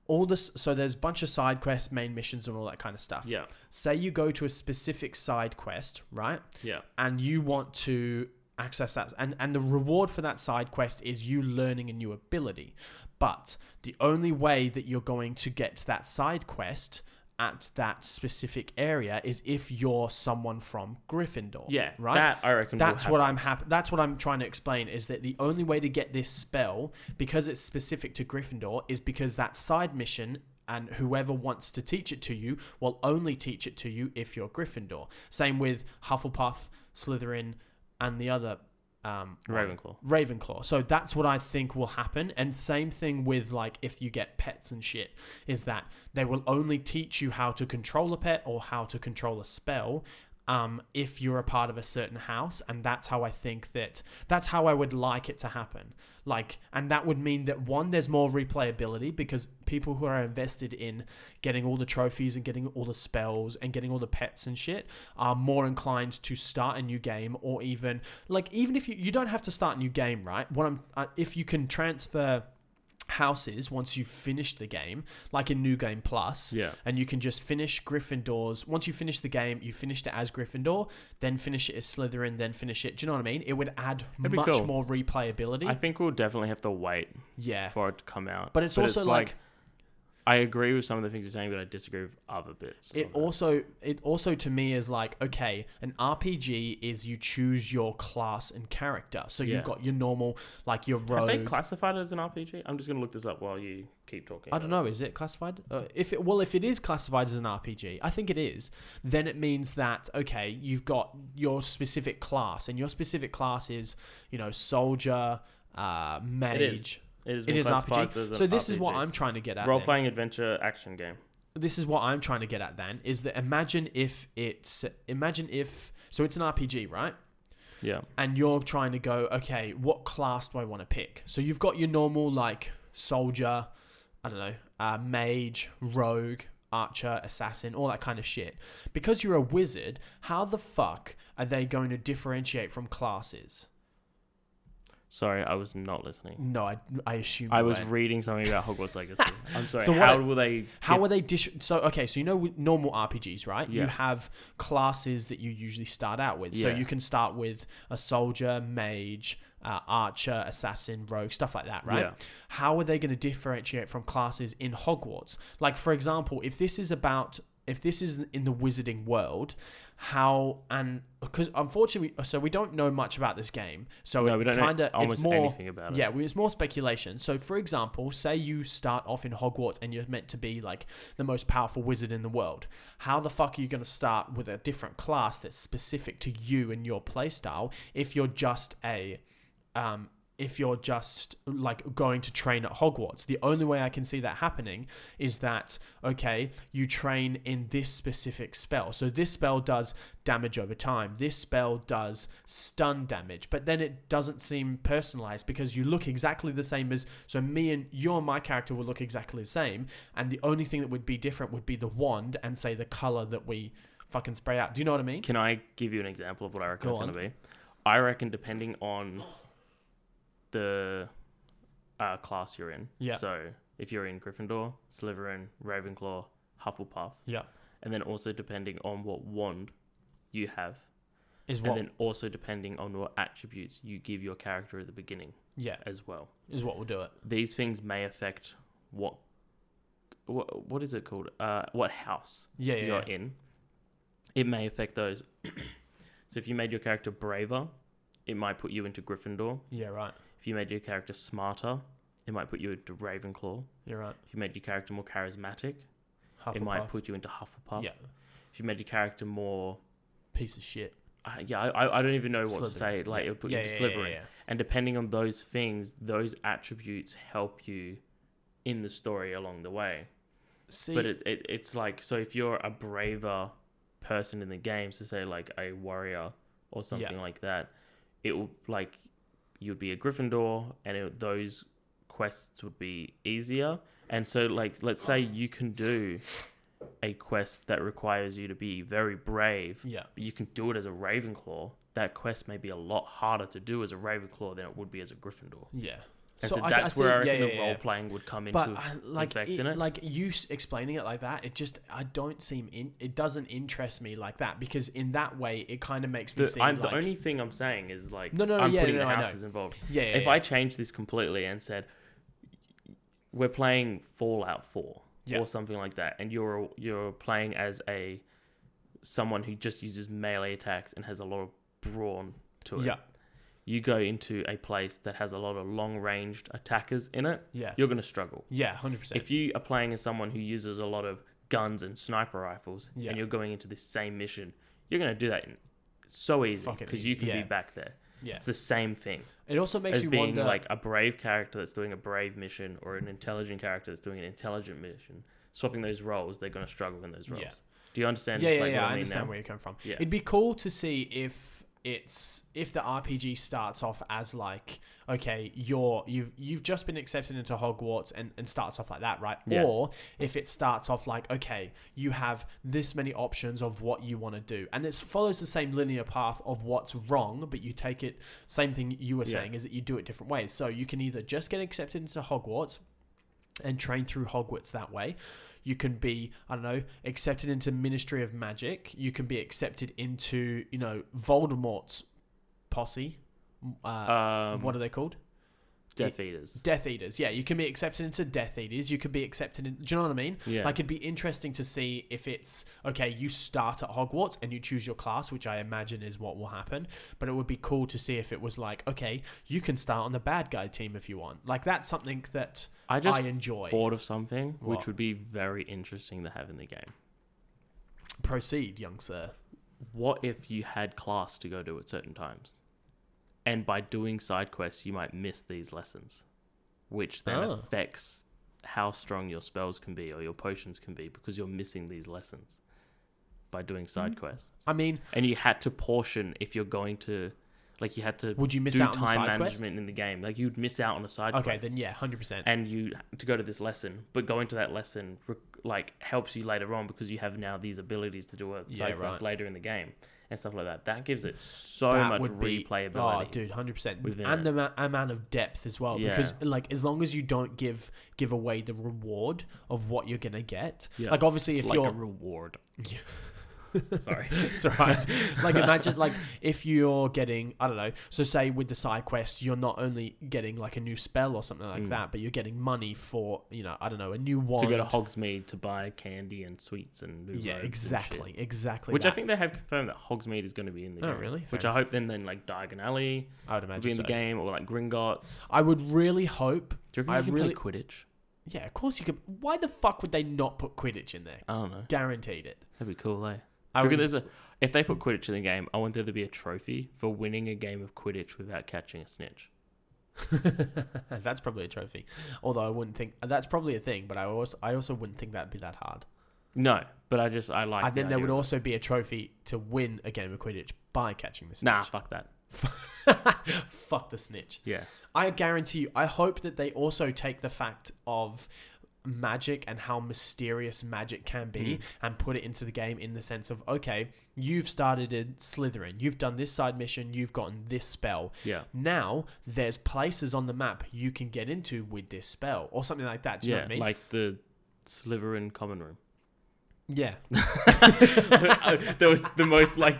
Speaker 1: All this, so there's a bunch of side quests, main missions, and all that kind of stuff.
Speaker 2: Yeah.
Speaker 1: Say you go to a specific side quest, right?
Speaker 2: Yeah.
Speaker 1: And you want to access that, and and the reward for that side quest is you learning a new ability. But the only way that you're going to get that side quest at that specific area is if you're someone from Gryffindor.
Speaker 2: Yeah.
Speaker 1: Right.
Speaker 2: That I reckon. will
Speaker 1: That's what
Speaker 2: happen.
Speaker 1: I'm happy. That's what I'm trying to explain is that the only way to get this spell, because it's specific to Gryffindor, is because that side mission and whoever wants to teach it to you will only teach it to you if you're Gryffindor. Same with Hufflepuff, Slytherin, and the other um, one.
Speaker 2: Ravenclaw.
Speaker 1: Ravenclaw. So that's what I think will happen. And same thing with like if you get pets and shit, is that they will only teach you how to control a pet or how to control a spell. Um, if you're a part of a certain house, and that's how I think that that's how I would like it to happen. Like, and that would mean that one, there's more replayability because people who are invested in getting all the trophies and getting all the spells and getting all the pets and shit are more inclined to start a new game or even like even if you you don't have to start a new game right what i'm uh, if you can transfer houses once you've finished the game like in new game plus
Speaker 2: Yeah.
Speaker 1: and you can just finish gryffindor's once you finish the game you finished it as gryffindor then finish it as slytherin then finish it do you know what i mean it would add
Speaker 2: That'd be
Speaker 1: much
Speaker 2: cool.
Speaker 1: more replayability
Speaker 2: I think we'll definitely have to wait
Speaker 1: yeah
Speaker 2: for it to come out.
Speaker 1: But it's also like-
Speaker 2: I agree with some of the things you're saying, but I disagree with other bits.
Speaker 1: it
Speaker 2: of
Speaker 1: also it also to me is like okay an rpg is you choose your class and character so
Speaker 2: Yeah.
Speaker 1: you've got your normal like your
Speaker 2: Have
Speaker 1: rogue
Speaker 2: they classified it as an RPG? I'm just gonna look this up while you keep talking.
Speaker 1: I don't know. Is it classified? Uh, if it, well, if it is classified as an RPG, I think it is. Then it means that okay, you've got your specific class, and your specific class is you know soldier, uh, mage.
Speaker 2: It is. It is,
Speaker 1: It
Speaker 2: more
Speaker 1: is
Speaker 2: classified
Speaker 1: RPG.
Speaker 2: as
Speaker 1: So
Speaker 2: an
Speaker 1: this is what
Speaker 2: RPG.
Speaker 1: I'm trying to get at.
Speaker 2: role
Speaker 1: then.
Speaker 2: playing adventure action game.
Speaker 1: This is what I'm trying to get at. Then is that imagine if it's imagine if so it's an RPG, right?
Speaker 2: Yeah.
Speaker 1: and you're trying to go, okay, what class do I want to pick? So you've got your normal like soldier, I don't know, uh, mage, rogue, archer, assassin, all that kind of shit. Because you're a wizard, how the fuck are they going to differentiate from classes?
Speaker 2: Sorry, I was not listening.
Speaker 1: No, I, I assume
Speaker 2: I
Speaker 1: you
Speaker 2: was
Speaker 1: weren't.
Speaker 2: reading something about Hogwarts
Speaker 1: (laughs)
Speaker 2: Legacy. I'm sorry.
Speaker 1: So what
Speaker 2: how
Speaker 1: I-
Speaker 2: will they?
Speaker 1: How
Speaker 2: get-
Speaker 1: are they dish? So okay, so you know with normal RPGs, right? You
Speaker 2: Yeah.
Speaker 1: have classes that you usually start out with. So
Speaker 2: Yeah.
Speaker 1: you can start with a soldier, mage, uh, archer, assassin, rogue, stuff like that, right?
Speaker 2: Yeah.
Speaker 1: How are they going to differentiate from classes in Hogwarts? Like for example, if this is about if this is in the wizarding world, how and because unfortunately, so we don't know much about this game, so
Speaker 2: no,
Speaker 1: it
Speaker 2: we don't
Speaker 1: kind
Speaker 2: know
Speaker 1: of it's
Speaker 2: almost
Speaker 1: more
Speaker 2: anything about it.
Speaker 1: yeah, well, it's more speculation. So, for example, say you start off in Hogwarts and you're meant to be like the most powerful wizard in the world. How the fuck are you going to start with a different class that's specific to you and your playstyle if you're just a um, if you're just like going to train at Hogwarts. The only way I can see that happening is that, okay, you train in this specific spell. So this spell does damage over time, this spell does stun damage, but then it doesn't seem personalized because you look exactly the same as. So me and you and my character will look exactly the same, and the only thing that would be different would be the wand and say the color that we fucking spray out. Do you know what I mean?
Speaker 2: Can I give you an example of what I reckon
Speaker 1: Go
Speaker 2: it's going to be? I reckon depending on the uh, class you're in.
Speaker 1: Yeah.
Speaker 2: So if you're in Gryffindor, Slytherin, Ravenclaw, Hufflepuff,
Speaker 1: Yeah.
Speaker 2: and then also depending on what wand you have,
Speaker 1: Is what
Speaker 2: and then also depending on what attributes you give your character at the beginning
Speaker 1: yeah,
Speaker 2: as well.
Speaker 1: is what will do it.
Speaker 2: These things may affect what what what is it called? Uh, what house
Speaker 1: Yeah, yeah.
Speaker 2: you're
Speaker 1: yeah.
Speaker 2: in, it may affect those. (clears throat) so if you made your character braver, it might put you into Gryffindor.
Speaker 1: Yeah, right.
Speaker 2: If you made your character smarter, it might put you into Ravenclaw.
Speaker 1: You're right.
Speaker 2: If you made your character more charismatic, it
Speaker 1: Hufflepuff.
Speaker 2: might put you into Hufflepuff.
Speaker 1: Yeah,
Speaker 2: If you made your character more,
Speaker 1: piece of shit.
Speaker 2: uh, yeah, I, I- I don't even know what
Speaker 1: Slytherin.
Speaker 2: to say. Like
Speaker 1: Yeah.
Speaker 2: it would put
Speaker 1: Yeah,
Speaker 2: you into
Speaker 1: yeah, yeah,
Speaker 2: Slytherin.
Speaker 1: yeah.
Speaker 2: And depending on those things, those attributes help you in the story along the way.
Speaker 1: See,
Speaker 2: but it, it it's like so if you're a braver person in the game, so say like a warrior or something like that, it will like you'd be a Gryffindor, and it, those quests would be easier. And so, like, let's say you can do a quest that requires you to be very brave,
Speaker 1: Yeah.
Speaker 2: but you can do it as a Ravenclaw. That quest may be a lot harder to do as a Ravenclaw than it would be as a Gryffindor.
Speaker 1: Yeah.
Speaker 2: And so,
Speaker 1: I- I
Speaker 2: that's
Speaker 1: see-
Speaker 2: where I
Speaker 1: yeah,
Speaker 2: reckon
Speaker 1: yeah,
Speaker 2: the
Speaker 1: yeah.
Speaker 2: role playing would come
Speaker 1: But
Speaker 2: into
Speaker 1: I, like,
Speaker 2: effect
Speaker 1: it,
Speaker 2: in it.
Speaker 1: like you s- explaining it like that, it just I don't seem in. It doesn't interest me like that because in that way it kind of makes me
Speaker 2: The,
Speaker 1: seem
Speaker 2: I'm,
Speaker 1: like
Speaker 2: the only thing I'm saying is like
Speaker 1: No, no, no,
Speaker 2: I'm
Speaker 1: yeah,
Speaker 2: putting
Speaker 1: no,
Speaker 2: the
Speaker 1: no, I know.
Speaker 2: houses involved.
Speaker 1: yeah. yeah,
Speaker 2: if
Speaker 1: yeah.
Speaker 2: I changed this completely and said we're playing Fallout 4
Speaker 1: Yeah.
Speaker 2: or something like that, and you're you're playing as a someone who just uses melee attacks and has a lot of brawn to it.
Speaker 1: yeah
Speaker 2: You go into a place that has a lot of long ranged attackers in it,
Speaker 1: yeah
Speaker 2: you're gonna struggle.
Speaker 1: yeah hundred percent
Speaker 2: If you are playing as someone who uses a lot of guns and sniper rifles
Speaker 1: Yeah.
Speaker 2: and you're going into this same mission, you're gonna do that in so easy
Speaker 1: Fucking
Speaker 2: because
Speaker 1: easy,
Speaker 2: you can
Speaker 1: yeah.
Speaker 2: be back there.
Speaker 1: yeah.
Speaker 2: It's the same thing
Speaker 1: It also makes
Speaker 2: as
Speaker 1: you
Speaker 2: being
Speaker 1: wonder
Speaker 2: like a brave character that's doing a brave mission or an intelligent character that's doing an intelligent mission. Swapping those roles, they're going to struggle in those roles.
Speaker 1: Yeah.
Speaker 2: Do you understand?
Speaker 1: yeah, yeah,
Speaker 2: like,
Speaker 1: yeah.
Speaker 2: what
Speaker 1: I,
Speaker 2: mean
Speaker 1: understand
Speaker 2: now?
Speaker 1: where you come from.
Speaker 2: Yeah.
Speaker 1: It'd be cool to see if it's if the RPG starts off as like, okay, you're you've you've just been accepted into Hogwarts and, and starts off like that, right?
Speaker 2: Yeah.
Speaker 1: Or if it starts off like, okay, you have this many options of what you want to do. And this follows the same linear path of what's wrong, but you take it same thing you were
Speaker 2: Yeah.
Speaker 1: saying is that you do it different ways. So you can either just get accepted into Hogwarts and train through Hogwarts that way. You can be, I don't know, accepted into Ministry of Magic. You can be accepted into, you know, Voldemort's posse. Uh,
Speaker 2: Um,
Speaker 1: what are they called?
Speaker 2: Death Eaters.
Speaker 1: Death Eaters. Yeah, you can be accepted into Death Eaters. You could be accepted in. Do you know what I mean?
Speaker 2: Yeah.
Speaker 1: Like, it'd be interesting to see if it's okay, you start at Hogwarts and you choose your class, which I imagine is what will happen. But it would be cool to see if it was like, okay, you can start on the bad guy team if you want. Like, that's something that
Speaker 2: I just
Speaker 1: I enjoy.
Speaker 2: thought of something
Speaker 1: What?
Speaker 2: which would be very interesting to have in the game.
Speaker 1: Proceed, young sir.
Speaker 2: What if you had class to go to at certain times? And by doing side quests, you might miss these lessons, which then
Speaker 1: Oh.
Speaker 2: affects how strong your spells can be or your potions can be because you're missing these lessons by doing
Speaker 1: Hmm.
Speaker 2: side quests.
Speaker 1: I mean,
Speaker 2: and you had to portion if you're going to like you had to
Speaker 1: Would you miss
Speaker 2: do
Speaker 1: out on
Speaker 2: time
Speaker 1: the side
Speaker 2: management
Speaker 1: quest?
Speaker 2: in the game like you'd miss out on a side
Speaker 1: Okay,
Speaker 2: quest
Speaker 1: then yeah, hundred percent.
Speaker 2: and you to go to this lesson but going to that lesson re- like helps you later on because you have now these abilities to do a side
Speaker 1: Yeah,
Speaker 2: quest
Speaker 1: right.
Speaker 2: later in the game and stuff like that that gives it so much
Speaker 1: oh,
Speaker 2: replayability
Speaker 1: dude, hundred percent,
Speaker 2: within
Speaker 1: and
Speaker 2: it.
Speaker 1: the ma- amount of depth as well. Because
Speaker 2: Yeah.
Speaker 1: like, as long as you don't give give away the reward of what you're gonna get,
Speaker 2: Yeah.
Speaker 1: like obviously
Speaker 2: it's
Speaker 1: if
Speaker 2: like a
Speaker 1: you're (laughs)
Speaker 2: reward sorry
Speaker 1: it's
Speaker 2: (laughs)
Speaker 1: alright. like imagine like if you're getting I don't know. So say with the side quest, you're not only getting like a new spell or something like
Speaker 2: Mm.
Speaker 1: that, but you're getting money for you know I don't know a new
Speaker 2: to
Speaker 1: wand.
Speaker 2: go to hogsmeade to buy candy and sweets and new
Speaker 1: yeah,
Speaker 2: robes and shit.
Speaker 1: exactly, exactly.
Speaker 2: which I
Speaker 1: that.
Speaker 2: think they have confirmed that Hogsmeade is going to be in the
Speaker 1: Oh,
Speaker 2: game.
Speaker 1: really?
Speaker 2: Which
Speaker 1: Fair
Speaker 2: I hope then, then like Diagon Alley
Speaker 1: I would
Speaker 2: will
Speaker 1: imagine
Speaker 2: be in the
Speaker 1: so.
Speaker 2: game, or like Gringotts.
Speaker 1: I would really hope.
Speaker 2: Do you reckon
Speaker 1: I
Speaker 2: you can
Speaker 1: really-
Speaker 2: play Quidditch?
Speaker 1: Yeah, of course you could. Why the fuck would they not put Quidditch in there?
Speaker 2: I don't know.
Speaker 1: Guaranteed it.
Speaker 2: That'd be cool, eh?
Speaker 1: I
Speaker 2: I
Speaker 1: would-
Speaker 2: there's a if they put Quidditch in the game, I want there to be a trophy for winning a game of Quidditch without catching a snitch.
Speaker 1: (laughs) that's probably a trophy. Although I wouldn't think that's probably a thing, but I also I also wouldn't think that'd be that hard.
Speaker 2: No, but I just I like.
Speaker 1: and then
Speaker 2: the
Speaker 1: there
Speaker 2: idea
Speaker 1: would
Speaker 2: of-
Speaker 1: also be a trophy to win a game of Quidditch by catching the
Speaker 2: Nah,
Speaker 1: snitch. (laughs)
Speaker 2: fuck that.
Speaker 1: Nah. Fuck the snitch.
Speaker 2: Yeah.
Speaker 1: I guarantee you. I hope that they also take the fact of magic and how mysterious magic can
Speaker 2: Hmm.
Speaker 1: be and put it into the game in the sense of okay, you've started in Slytherin, you've done this side mission, you've gotten this spell.
Speaker 2: Yeah.
Speaker 1: Now there's places on the map you can get into with this spell or something like that. Do you know
Speaker 2: Yeah.
Speaker 1: what I mean?
Speaker 2: Like the Slytherin common
Speaker 1: (laughs)
Speaker 2: room. (laughs)
Speaker 1: yeah.
Speaker 2: that was the most like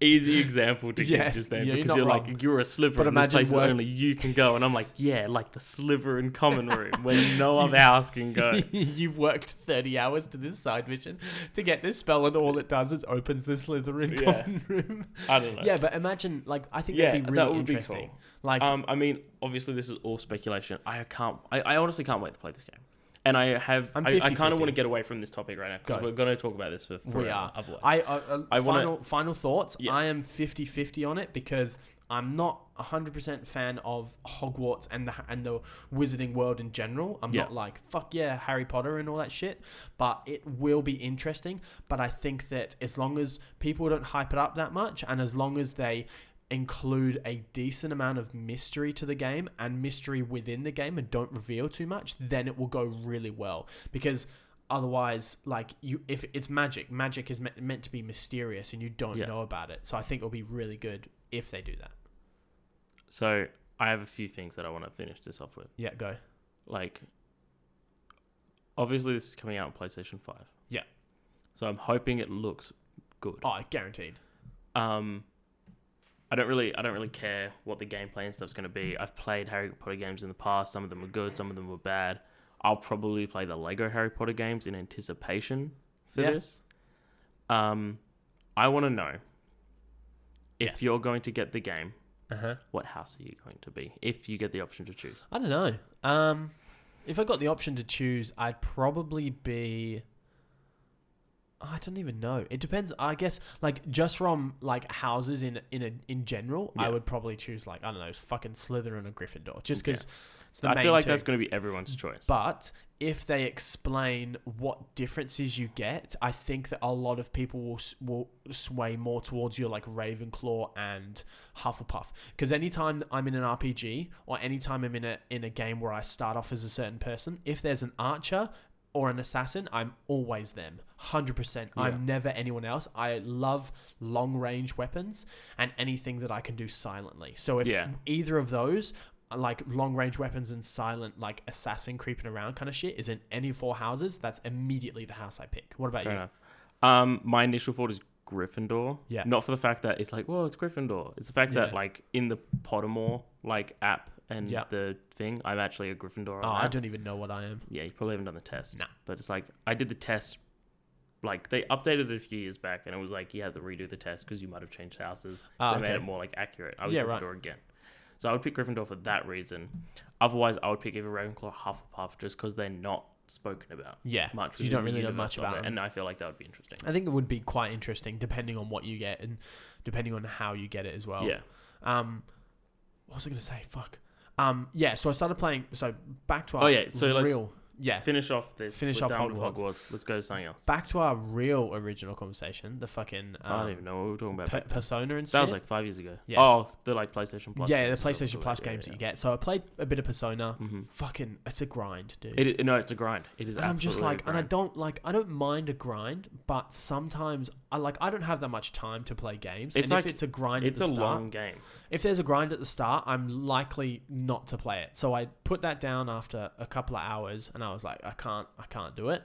Speaker 2: easy example to
Speaker 1: Yes,
Speaker 2: give just then
Speaker 1: yeah, you're
Speaker 2: because
Speaker 1: not
Speaker 2: you're
Speaker 1: wrong.
Speaker 2: like you're a Slytherin.
Speaker 1: But
Speaker 2: But
Speaker 1: imagine
Speaker 2: imagine this place
Speaker 1: work-
Speaker 2: that only you can go, and I'm like, yeah, like the Slytherin common room
Speaker 1: (laughs)
Speaker 2: where no one else can go.
Speaker 1: You've worked 30 hours to this side mission to get this spell, and all it does is opens the Slytherin
Speaker 2: Yeah.
Speaker 1: common room.
Speaker 2: I don't know.
Speaker 1: Yeah, but imagine, like, I think that'd be really interesting.
Speaker 2: cool.
Speaker 1: Like,
Speaker 2: Um, I mean, obviously, this is all speculation. I can't. I, I honestly can't wait to play this game. And I have.
Speaker 1: I'm
Speaker 2: I, I
Speaker 1: 50-50.
Speaker 2: kind of want to get away from this topic right now because
Speaker 1: Go.
Speaker 2: we're going to talk about this for forever.
Speaker 1: we are.
Speaker 2: Otherwise.
Speaker 1: I, uh, uh,
Speaker 2: I wanna-
Speaker 1: final, final thoughts.
Speaker 2: Yeah.
Speaker 1: I am 50 50 on it because I'm not 100% fan of Hogwarts and the, and the wizarding world in general. I'm
Speaker 2: Yeah.
Speaker 1: not like, fuck yeah, Harry Potter and all that shit. But it will be interesting. But I think that as long as people don't hype it up that much and as long as they include a decent amount of mystery to the game and mystery within the game and don't reveal too much, then it will go really well. Because otherwise, like you, if it's magic, magic is me- meant to be mysterious and you don't
Speaker 2: Yeah.
Speaker 1: know about it. So I think it'll be really good if they do that.
Speaker 2: So I have a few things that I want to finish this off with.
Speaker 1: Yeah, go.
Speaker 2: Like, obviously, this is coming out on PlayStation Five.
Speaker 1: Yeah.
Speaker 2: So I'm hoping it looks good.
Speaker 1: Oh, guaranteed.
Speaker 2: Um, I don't really, I don't really care what the gameplay and stuff's going to be. I've played Harry Potter games in the past. Some of them were good, some of them were bad. I'll probably play the Lego Harry Potter games in anticipation for
Speaker 1: Yeah.
Speaker 2: this. Um, I want to know if
Speaker 1: Yes.
Speaker 2: you're going to get the game.
Speaker 1: Uh huh.
Speaker 2: What house are you going to be if you get the option to choose?
Speaker 1: I don't know. Um, if I got the option to choose, I'd probably be. I don't even know. It depends. I guess like just from like houses in in a, in general, I
Speaker 2: Yeah.
Speaker 1: would probably choose like I don't know, fucking Slytherin or Gryffindor, just because it's the
Speaker 2: I
Speaker 1: main
Speaker 2: feel like
Speaker 1: two.
Speaker 2: that's going to be everyone's choice.
Speaker 1: But if they explain what differences you get, I think that a lot of people will s- will sway more towards your like Ravenclaw and Hufflepuff. Because anytime that I'm in an RPG or anytime I'm in a in a game where I start off as a certain person, if there's an archer or an assassin, I'm always them. 100%.
Speaker 2: Yeah.
Speaker 1: I'm never anyone else. I love long range weapons and anything that I can do silently. So if
Speaker 2: Yeah.
Speaker 1: either of those like long range weapons and silent like assassin creeping around kind of shit is in any four houses that's immediately the house i pick what about
Speaker 2: Fair
Speaker 1: you
Speaker 2: enough. Um, my initial thought is Gryffindor.
Speaker 1: Yeah.
Speaker 2: Not for the fact that it's like, well, it's Gryffindor. It's the fact that
Speaker 1: Yeah.
Speaker 2: like in the Pottermore like app and
Speaker 1: Yeah.
Speaker 2: the thing, I'm actually a Gryffindor. on
Speaker 1: oh i
Speaker 2: that.
Speaker 1: don't even know what i am
Speaker 2: Yeah, you probably haven't done the test.
Speaker 1: Nah.
Speaker 2: But it's like I did the test. Like they updated it a few years back, and it was like you had to redo the test because you might have changed houses. So
Speaker 1: Ah,
Speaker 2: they made
Speaker 1: okay.
Speaker 2: it more like accurate. I was
Speaker 1: Yeah, right.
Speaker 2: Gryffindor again. So I would pick Gryffindor for that reason. Otherwise, I would pick either Ravenclaw or Hufflepuff just because they're not spoken about
Speaker 1: yeah
Speaker 2: much.
Speaker 1: you
Speaker 2: within
Speaker 1: don't
Speaker 2: the
Speaker 1: really know
Speaker 2: universe
Speaker 1: much
Speaker 2: of
Speaker 1: about
Speaker 2: it,
Speaker 1: them.
Speaker 2: and I feel like that would be interesting.
Speaker 1: i think it would be quite interesting depending on what you get and depending on how you get it as well
Speaker 2: Yeah.
Speaker 1: um what was i gonna say fuck um yeah so i started playing so back to our
Speaker 2: Oh, yeah, so let's-
Speaker 1: real yeah
Speaker 2: finish off this.
Speaker 1: Finish
Speaker 2: we're
Speaker 1: off
Speaker 2: done with
Speaker 1: Hogwarts.
Speaker 2: Hogwarts. Let's go to something else.
Speaker 1: back to our real original conversation the fucking
Speaker 2: I don't
Speaker 1: um,
Speaker 2: even know what we were talking about.
Speaker 1: pe-
Speaker 2: back then.
Speaker 1: persona and
Speaker 2: that
Speaker 1: stuff.
Speaker 2: was like five years ago.
Speaker 1: Yes.
Speaker 2: Oh, the like PlayStation Plus.
Speaker 1: yeah, the
Speaker 2: games or
Speaker 1: PlayStation
Speaker 2: something
Speaker 1: Plus
Speaker 2: like that,
Speaker 1: games
Speaker 2: yeah,
Speaker 1: that you get. So I played a bit of Persona.
Speaker 2: yeah. Mhm.
Speaker 1: Fucking, it's a grind, dude.
Speaker 2: It i- no, it's a grind. It is.
Speaker 1: and I'm just
Speaker 2: absolutely
Speaker 1: like,
Speaker 2: a
Speaker 1: and I
Speaker 2: grind.
Speaker 1: don't like, I don't mind a grind, but sometimes I like, I don't have that much time to play games.
Speaker 2: It's
Speaker 1: and
Speaker 2: like-
Speaker 1: if it's a grind
Speaker 2: It's
Speaker 1: at
Speaker 2: a
Speaker 1: the start,
Speaker 2: long game.
Speaker 1: if there's a grind at the start, I'm likely not to play it. So I put that down after a couple of hours, and I was like, I can't, I can't do it.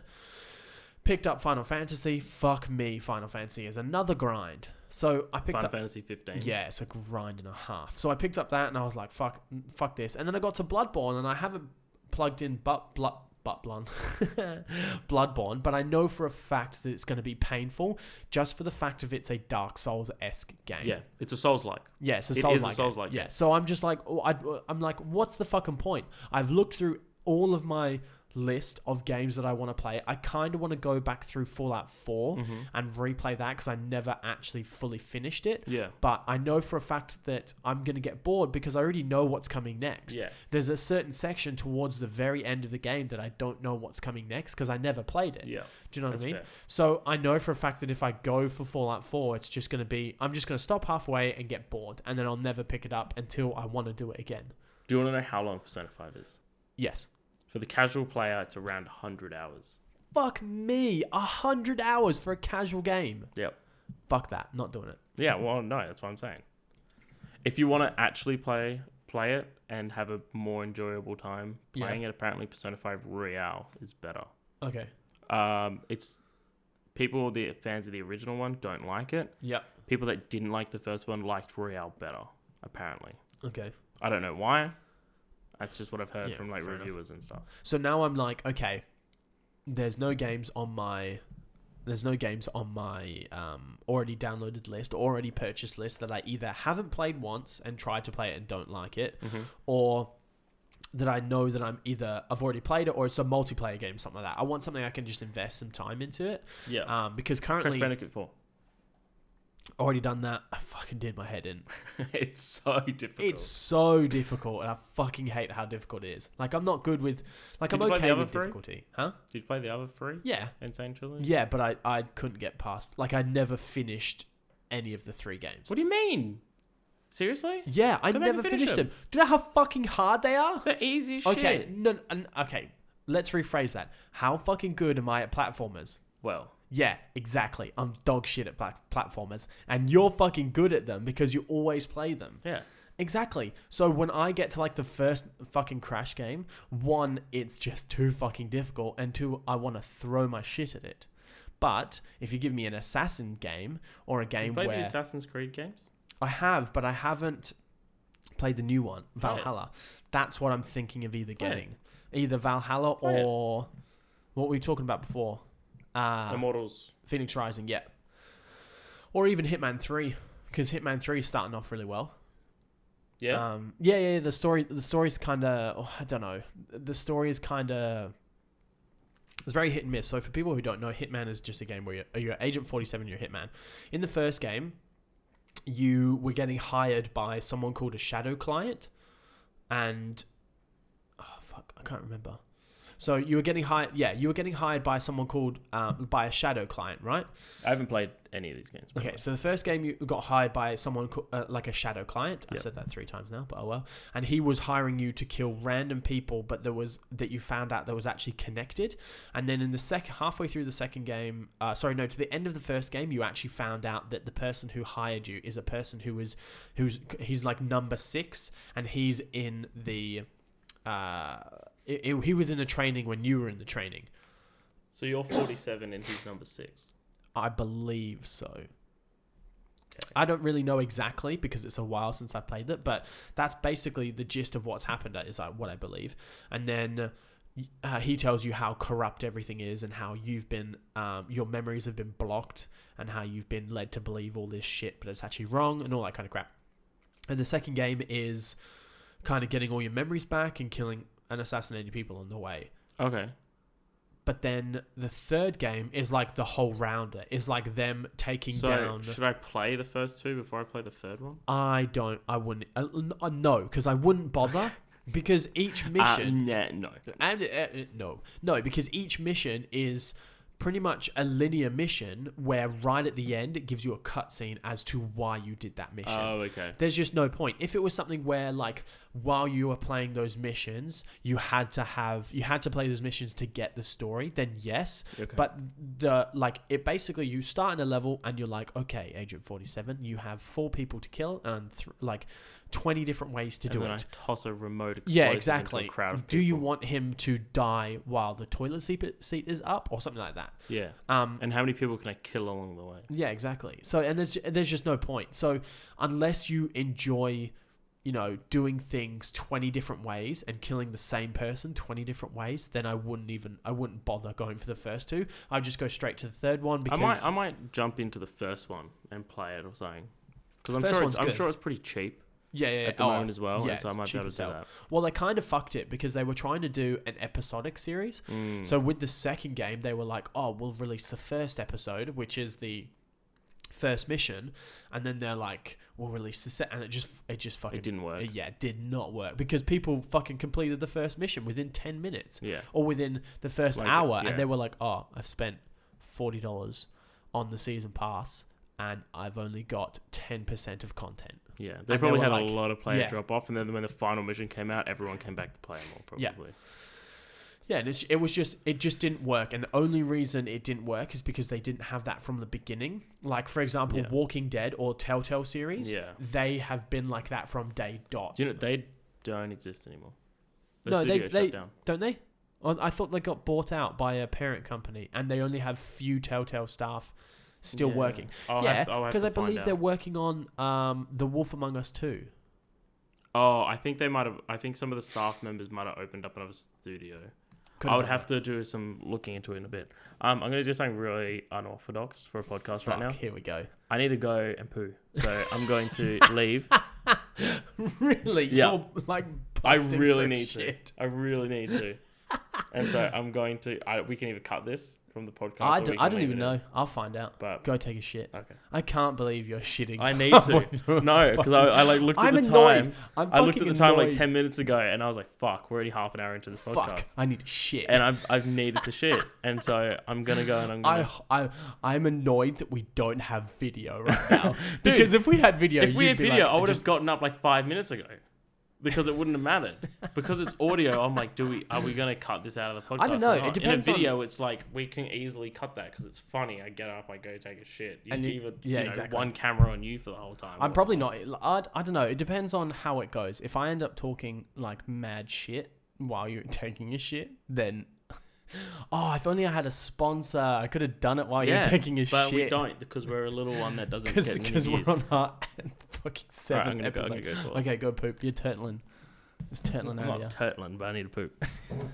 Speaker 1: Picked up Final Fantasy. Fuck me, Final Fantasy is another grind. So I picked
Speaker 2: Final
Speaker 1: up
Speaker 2: Fantasy 15.
Speaker 1: yeah, it's a grind and a half. So I picked up that and I was like, fuck, fuck this. And then I got to Bloodborne and I haven't plugged in but blood. But blunt, (laughs) Bloodborne, but I know for a fact that it's going to be painful just for the fact of it's a Dark Souls esque game.
Speaker 2: Yeah, it's a Souls like.
Speaker 1: yeah, it's a
Speaker 2: It
Speaker 1: Souls
Speaker 2: is a
Speaker 1: like.
Speaker 2: Souls-like
Speaker 1: yeah.
Speaker 2: game.
Speaker 1: So I'm just like, oh, I, I'm like, what's the fucking point? I've looked through all of my list of games that I want to play. I kind of want to go back through Fallout
Speaker 2: Mm.
Speaker 1: 4
Speaker 2: Mm-hmm.
Speaker 1: and replay that because I never actually fully finished it
Speaker 2: Yeah.
Speaker 1: but I know for a fact that I'm going to get bored because I already know what's coming next.
Speaker 2: Yeah.
Speaker 1: There's a certain section towards the very end of the game that I don't know what's coming next because I never played it.
Speaker 2: Yeah.
Speaker 1: Do you know what
Speaker 2: That's
Speaker 1: I mean?
Speaker 2: fair.
Speaker 1: So I know for a fact that if I go for Fallout 4, it's just going to be, I'm just going to stop halfway and get bored and then I'll never pick it up until I want to do it again.
Speaker 2: Do you want to know how long Persona 5 is?
Speaker 1: Yes.
Speaker 2: For the casual player, it's around 100 hours.
Speaker 1: Fuck me. A hundred hours for a casual game.
Speaker 2: Yep.
Speaker 1: Fuck that. Not doing it.
Speaker 2: Yeah, well, no, that's what I'm saying. If you want to actually play play it and have a more enjoyable time
Speaker 1: Yeah.
Speaker 2: playing it, apparently Persona 5 Royale is better.
Speaker 1: Okay.
Speaker 2: Um, it's people the fans of the original one don't like it.
Speaker 1: Yep.
Speaker 2: People that didn't like the first one liked Royale better. Apparently,
Speaker 1: Okay.
Speaker 2: I don't know why. That's just what I've heard
Speaker 1: Yeah,
Speaker 2: from like
Speaker 1: fair enough.
Speaker 2: reviewers and stuff.
Speaker 1: So now I'm like, okay, there's no games on my there's no games on my um, already downloaded list, already purchased list that I either haven't played once and tried to play it and don't like it,
Speaker 2: Mm-hmm.
Speaker 1: or that I know that I'm either I've already played it or it's a multiplayer game, something like that. I want something I can just invest some time into it.
Speaker 2: Yeah,
Speaker 1: Um, because
Speaker 2: Uh, Crash
Speaker 1: currently
Speaker 2: Bandicoot 4.
Speaker 1: already done that. I fucking did my head in.
Speaker 2: (laughs) it's so difficult.
Speaker 1: It's so difficult, and I fucking hate how difficult it is. Like I'm not good with, like
Speaker 2: Did you
Speaker 1: I'm
Speaker 2: play the
Speaker 1: okay
Speaker 2: other
Speaker 1: with
Speaker 2: three?
Speaker 1: difficulty, huh?
Speaker 2: Did you play the other three?
Speaker 1: Yeah,
Speaker 2: Insane Trilogy.
Speaker 1: Yeah, but I, I couldn't get past. Like, I never finished any of the three games.
Speaker 2: What do you mean? Seriously?
Speaker 1: Yeah, I
Speaker 2: Go back and
Speaker 1: never
Speaker 2: finish
Speaker 1: finished
Speaker 2: them.
Speaker 1: them. Do you know how fucking hard they are?
Speaker 2: (laughs) The easy shit.
Speaker 1: Okay, no, n- okay. Let's rephrase that. How fucking good am I at platformers?
Speaker 2: Well,
Speaker 1: Yeah, exactly. I'm dog shit at plat- platformers, and you're fucking good at them because you always play them.
Speaker 2: yeah.
Speaker 1: Exactly. So when I get to like the first fucking Crash game, one, it's just too fucking difficult, and two, I want to throw my shit at it. But if you give me an assassin game or a
Speaker 2: You
Speaker 1: game
Speaker 2: played the
Speaker 1: where
Speaker 2: Assassin's Creed games?
Speaker 1: I have, but I haven't played the new one,
Speaker 2: Play it.
Speaker 1: Valhalla. That's what I'm thinking of either
Speaker 2: Play it.
Speaker 1: getting, either Valhalla
Speaker 2: Play it.
Speaker 1: or what were we talking about before? Uh,
Speaker 2: Immortals.
Speaker 1: Phoenix Rising, yeah. Or even Hitman 3, because Hitman 3 is starting off really well.
Speaker 2: Yeah.
Speaker 1: Um, yeah, yeah, yeah, the story, the story's kind of, oh, I don't know, the story is kind of, it's very hit and miss. So for people who don't know, Hitman is just a game where you're, you're Agent 47, you're Hitman. In the first game, you were getting hired by someone called a shadow client, and oh fuck, I can't remember. So you were getting hired, yeah, you were getting hired by someone called um, by a shadow client, right?
Speaker 2: I haven't played any of these games. by the
Speaker 1: Okay,
Speaker 2: way.
Speaker 1: so the first game you got hired by someone co- uh, like a shadow client. I
Speaker 2: Yep.
Speaker 1: said that three times now, but oh well. And he was hiring you to kill random people, but there was that you found out that was actually connected. And then in the second halfway through the second game, uh, sorry, no, to the end of the first game, you actually found out that the person who hired you is a person who was who's he's like number six, and he's in the. Uh, it, it- he was in the training when you were in the training.
Speaker 2: So you're 47 and he's number six.
Speaker 1: I believe so.
Speaker 2: Okay.
Speaker 1: I don't really know exactly because it's a while since I've played it, but that's basically the gist of what's happened. Is like what I believe, and then uh, he tells you how corrupt everything is and how you've been, um, your memories have been blocked and how you've been led to believe all this shit, but it's actually wrong and all that kind of crap. And the second game is kind of getting all your memories back and killing and assassinating people on the way
Speaker 2: Okay.
Speaker 1: but then the third game is like the whole rounder is like them taking
Speaker 2: So
Speaker 1: down
Speaker 2: should I play the first two before I play the third one?
Speaker 1: i don't i wouldn't uh, n- uh, no because i wouldn't
Speaker 2: (laughs)
Speaker 1: bother because each mission
Speaker 2: Uh, nah, no.
Speaker 1: and uh, uh, no no because each mission is pretty much a linear mission where right at the end it gives you a cutscene as to why you did that mission
Speaker 2: Oh, okay.
Speaker 1: there's just no point. If it was something where like while you were playing those missions, you had to have you had to play those missions to get the story, then yes.
Speaker 2: Okay.
Speaker 1: But the like it basically you start in a level and you're like, okay, Agent 47, you have four people to kill and th- like 20 different ways to
Speaker 2: and
Speaker 1: do
Speaker 2: then
Speaker 1: it.
Speaker 2: I toss a remote explosive
Speaker 1: Yeah,
Speaker 2: into a
Speaker 1: exactly.
Speaker 2: crowd of
Speaker 1: Do you
Speaker 2: people.
Speaker 1: want him to die while the toilet seat seat is up or something like that?
Speaker 2: Yeah.
Speaker 1: Um,
Speaker 2: And how many people can I kill along the way?
Speaker 1: yeah, exactly. So and there's there's just no point. So unless you enjoy, you know, doing things twenty different ways and killing the same person twenty different ways, then I wouldn't even I wouldn't bother going for the first two. I'd just go straight to the third one because
Speaker 2: I might I might jump into the first one and play it or something. Because I'm
Speaker 1: First
Speaker 2: sure
Speaker 1: one's
Speaker 2: it's, I'm
Speaker 1: good.
Speaker 2: sure it's pretty cheap
Speaker 1: yeah yeah
Speaker 2: at the
Speaker 1: oh,
Speaker 2: moment as well,
Speaker 1: yeah,
Speaker 2: and so I
Speaker 1: it's
Speaker 2: might be
Speaker 1: cheap
Speaker 2: able
Speaker 1: as
Speaker 2: to do
Speaker 1: hell.
Speaker 2: that.
Speaker 1: Well, they kind of fucked it because they were trying to do an episodic series.
Speaker 2: Mm.
Speaker 1: So with the second game, they were like, "Oh, we'll release the first episode, which is the first mission," and then they're like, "We'll release the set," and it just it just fucking
Speaker 2: it didn't work.
Speaker 1: Uh, Yeah, it did not work because people fucking completed the first mission within 10 minutes
Speaker 2: yeah.
Speaker 1: or within the first
Speaker 2: Like,
Speaker 1: hour
Speaker 2: yeah.
Speaker 1: and they were like, "Oh, I've spent $40 on the season pass and I've only got 10% of content."
Speaker 2: Yeah,
Speaker 1: they
Speaker 2: they probably
Speaker 1: were
Speaker 2: had
Speaker 1: like-
Speaker 2: a lot of player
Speaker 1: yeah.
Speaker 2: drop off, and then when the final mission came out, everyone came back to play more. Probably.
Speaker 1: Yeah. Yeah, and it's, it was just it just didn't work, and the only reason it didn't work is because they didn't have that from the beginning. Like for example,
Speaker 2: Yeah.
Speaker 1: Walking Dead or Telltale series,
Speaker 2: Yeah.
Speaker 1: they have been like that from day dot,
Speaker 2: Do you know they don't exist anymore? The
Speaker 1: No, they-
Speaker 2: studio
Speaker 1: they-
Speaker 2: shut down.
Speaker 1: don't they? Oh, I thought they got bought out by a parent company, and they only have few Telltale staff still
Speaker 2: Yeah.
Speaker 1: working.
Speaker 2: I'll
Speaker 1: yeah,
Speaker 2: have to- I'll have
Speaker 1: because
Speaker 2: to
Speaker 1: I
Speaker 2: find
Speaker 1: believe
Speaker 2: out.
Speaker 1: they're working on um, The Wolf Among Us too.
Speaker 2: Oh, I think they might have. I think some of the staff members might have opened up another studio. I would have to do some looking into it in a bit. Um, I'm gonna do something really unorthodox for a podcast right now.
Speaker 1: Here we go. (laughs)
Speaker 2: I need to go and poo, so I'm going to leave.
Speaker 1: really?
Speaker 2: Yeah.
Speaker 1: You're like
Speaker 2: I
Speaker 1: busting
Speaker 2: really
Speaker 1: for
Speaker 2: need
Speaker 1: shit.
Speaker 2: to. I really need to. and so I'm going to. I, we can either cut this from the podcast.
Speaker 1: I
Speaker 2: or
Speaker 1: don't, I
Speaker 2: we can
Speaker 1: don't even
Speaker 2: leave it in.
Speaker 1: know. I'll find out.
Speaker 2: But
Speaker 1: Go take a shit.
Speaker 2: okay,
Speaker 1: I can't believe you're shitting. (laughs)
Speaker 2: I need
Speaker 1: halfway
Speaker 2: to.
Speaker 1: through a
Speaker 2: No, because I, I like looked at
Speaker 1: I'm
Speaker 2: the
Speaker 1: annoyed.
Speaker 2: time.
Speaker 1: I'm
Speaker 2: I looked at
Speaker 1: fucking
Speaker 2: the time like
Speaker 1: annoyed.
Speaker 2: ten minutes ago, and I was like, "Fuck, we're already half an hour into this podcast,
Speaker 1: Fuck, I need to shit.
Speaker 2: and I've I've needed to shit." And so I'm gonna go and I'm gonna.
Speaker 1: I, I, I'm annoyed that we don't have
Speaker 2: (laughs)
Speaker 1: video right now. because if we had video,
Speaker 2: if we
Speaker 1: you'd
Speaker 2: had
Speaker 1: be
Speaker 2: video,
Speaker 1: like,
Speaker 2: I would have
Speaker 1: just-
Speaker 2: gotten up like five minutes ago because it wouldn't have mattered. because it's audio, I'm like, do we are we gonna cut this out of the podcast?
Speaker 1: I don't know.
Speaker 2: or
Speaker 1: It
Speaker 2: not?
Speaker 1: depends on-
Speaker 2: In a video, it's like we can easily cut that because it's funny. I get up, I go take a shit. You
Speaker 1: And you-
Speaker 2: leave a,
Speaker 1: yeah,
Speaker 2: you know,
Speaker 1: exactly.
Speaker 2: one camera on you for the whole time.
Speaker 1: I'm
Speaker 2: or-
Speaker 1: probably not. I, I don't know. It depends on how it goes. If I end up talking like mad shit while you're (laughs) taking a shit, then. (laughs) Oh, if only I had a sponsor. I could have done it while
Speaker 2: Yeah,
Speaker 1: you're taking a
Speaker 2: but
Speaker 1: shit.
Speaker 2: we don't because we're a little one
Speaker 1: (laughs)
Speaker 2: that doesn't get many
Speaker 1: Because we're
Speaker 2: views.
Speaker 1: on our (laughs) fucking
Speaker 2: All right,
Speaker 1: seventh
Speaker 2: I'm gonna go. I'm
Speaker 1: episode.
Speaker 2: gonna go for
Speaker 1: (laughs)
Speaker 2: it.
Speaker 1: Okay, go poop. You're turtling. It's turtling
Speaker 2: I'm
Speaker 1: out
Speaker 2: not
Speaker 1: here.
Speaker 2: turtling, but I need to poop.
Speaker 1: And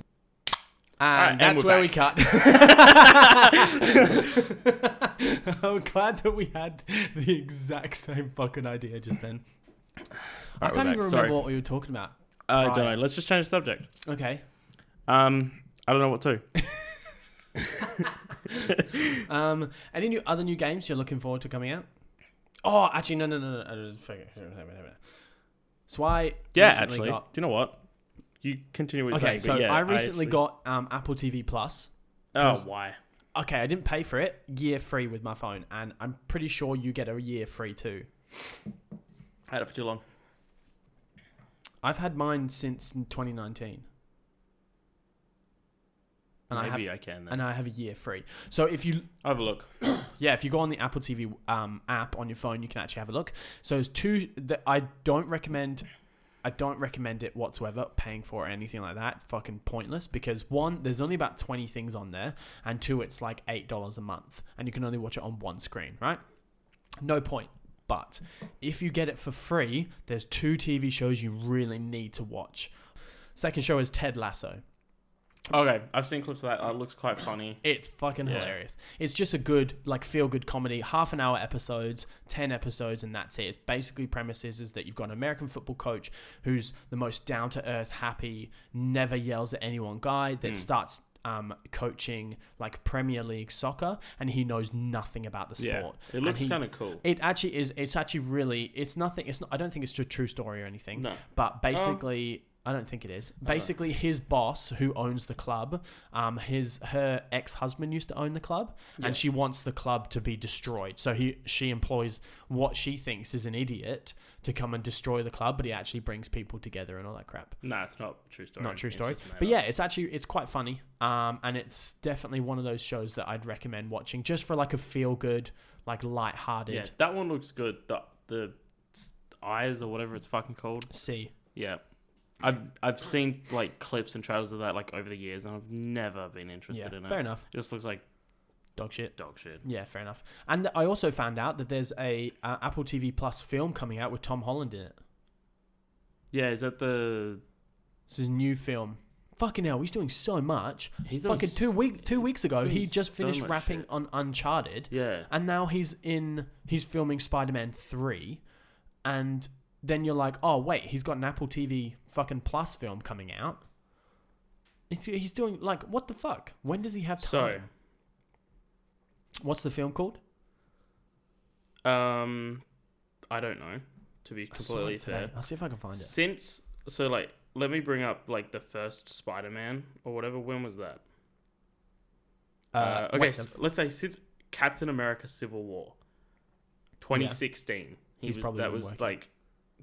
Speaker 2: Alright, and
Speaker 1: that's
Speaker 2: we're
Speaker 1: where we
Speaker 2: (laughs)
Speaker 1: cut. I'm glad that we had the exact same fucking idea just then. I can't
Speaker 2: Alright, we're
Speaker 1: even
Speaker 2: back.
Speaker 1: remember
Speaker 2: Sorry.
Speaker 1: what we were talking about.
Speaker 2: I
Speaker 1: Right.
Speaker 2: don't know. Let's just change the subject. (laughs)
Speaker 1: Okay.
Speaker 2: Um, I don't know what to. (laughs)
Speaker 1: Um, any new other new games you're looking forward to coming out? Oh, actually, no, no, no, no. I just figured- So I
Speaker 2: Yeah,
Speaker 1: recently
Speaker 2: actually,
Speaker 1: got-
Speaker 2: do you know what? You continue what you're
Speaker 1: okay,
Speaker 2: saying. but
Speaker 1: so
Speaker 2: yeah,
Speaker 1: I recently
Speaker 2: actually-
Speaker 1: got um, Apple TV Plus.
Speaker 2: Oh,
Speaker 1: 'cause-
Speaker 2: why?
Speaker 1: Okay, I didn't pay for it. Year free with my phone, and I'm pretty sure you get a year free too.
Speaker 2: I had it for too long.
Speaker 1: I've had mine since 2019. And I have
Speaker 2: Maybe I, can then.
Speaker 1: and I have a year free. So if you
Speaker 2: I'll have a look. (coughs)
Speaker 1: yeah, if you go on the Apple TV um, app on your phone, you can actually have a look. So there's two that I don't recommend. I don't recommend it whatsoever, paying for it or anything like that. It's fucking pointless because one, there's only about 20 things on there, and two, it's like $8 a month, and you can only watch it on one screen, right? No point. But if you get it for free, there's two TV shows you really need to watch. Second show is Ted Lasso.
Speaker 2: Okay, I've seen clips of that. It looks quite funny.
Speaker 1: It's fucking
Speaker 2: Yeah.
Speaker 1: hilarious. It's just a good, like, feel good comedy. Half an hour episodes, 10 episodes, and that's it. It's basically premises is that you've got an American football coach who's the most down to earth, happy, never yells at anyone guy that
Speaker 2: Hmm.
Speaker 1: starts. Um, coaching like Premier League soccer, and he knows nothing about the
Speaker 2: Yeah,
Speaker 1: sport.
Speaker 2: it looks
Speaker 1: he-
Speaker 2: kind of cool.
Speaker 1: It actually is. It's actually really. It's nothing. It's not. I don't think it's a true story or anything.
Speaker 2: No.
Speaker 1: But basically, I don't think it is. Basically, his boss, who owns the club, um, his her ex husband used to own the club,
Speaker 2: Yeah.
Speaker 1: and she wants the club to be destroyed. So he she employs what she thinks is an idiot to come and destroy the club, but he actually brings people together and all that crap.
Speaker 2: Nah, it's not true story.
Speaker 1: Not true
Speaker 2: It's
Speaker 1: story,
Speaker 2: just made
Speaker 1: but
Speaker 2: up.
Speaker 1: yeah, it's actually it's quite funny, um, and it's definitely one of those shows that I'd recommend watching just for like a feel good, like light hearted.
Speaker 2: yeah, that one looks good. The the eyes or whatever it's fucking called.
Speaker 1: See,
Speaker 2: Yeah, I've I've seen like clips and trailers of that like over the years, and I've never been interested
Speaker 1: yeah,
Speaker 2: in it.
Speaker 1: fair enough.
Speaker 2: Just looks like
Speaker 1: Dog shit.
Speaker 2: dog shit.
Speaker 1: Yeah, fair enough. And I also found out that there's a uh, Apple TV Plus film coming out with Tom Holland in it.
Speaker 2: Yeah, is that the
Speaker 1: It's his new film. Fucking hell, he's doing so much.
Speaker 2: he's doing
Speaker 1: Fucking two
Speaker 2: s-
Speaker 1: week two weeks ago,
Speaker 2: doing
Speaker 1: he just
Speaker 2: so
Speaker 1: finished
Speaker 2: much
Speaker 1: rapping
Speaker 2: shit.
Speaker 1: on Uncharted,
Speaker 2: Yeah,
Speaker 1: and now he's in he's filming Spider Man three, and then you're like, oh wait, he's got an Apple TV fucking Plus film coming out. It's, he's doing like what the fuck? When does he have
Speaker 2: so
Speaker 1: time? What's the film called?
Speaker 2: um, I don't know. To be
Speaker 1: I saw
Speaker 2: completely
Speaker 1: it
Speaker 2: fair,
Speaker 1: today. I'll see if I can find it.
Speaker 2: Since so like let me bring up like the first Spider-Man or whatever when was that? Uh, okay,
Speaker 1: wait,
Speaker 2: so let's say since Captain America Civil War 2016. He
Speaker 1: He's
Speaker 2: was
Speaker 1: probably
Speaker 2: that
Speaker 1: been
Speaker 2: was
Speaker 1: working.
Speaker 2: like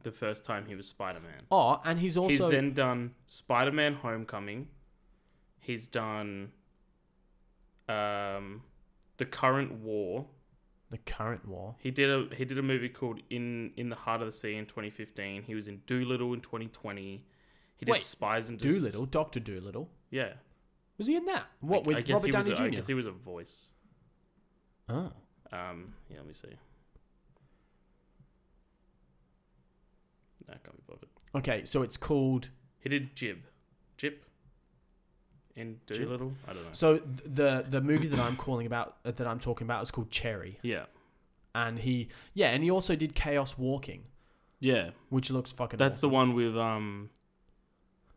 Speaker 2: the first time he was Spider-Man.
Speaker 1: Oh, and he's also
Speaker 2: he's then done Spider-Man Homecoming. He's done um the current war.
Speaker 1: the current war.
Speaker 2: He did a he did a movie called In In the Heart of the Sea in 2015. He was in Doolittle in 2020. He did
Speaker 1: Wait,
Speaker 2: Spies and Dis-
Speaker 1: Doolittle, Doctor Doolittle.
Speaker 2: Yeah.
Speaker 1: Was he in that? What
Speaker 2: I-
Speaker 1: with
Speaker 2: I guess
Speaker 1: Robert
Speaker 2: he was
Speaker 1: Downey
Speaker 2: a-
Speaker 1: Jr.
Speaker 2: I guess he was a voice.
Speaker 1: oh.
Speaker 2: Um, yeah, let me see. No, I can't be bothered.
Speaker 1: Okay, so it's called.
Speaker 2: He did Jib, Jip, in
Speaker 1: Jib?
Speaker 2: Doolittle. I don't know.
Speaker 1: So th- the the movie that I'm calling about uh, that I'm talking about is called Cherry,
Speaker 2: yeah,
Speaker 1: and he yeah, and he also did Chaos Walking,
Speaker 2: yeah,
Speaker 1: which looks fucking.
Speaker 2: that's
Speaker 1: awesome,
Speaker 2: the one with um.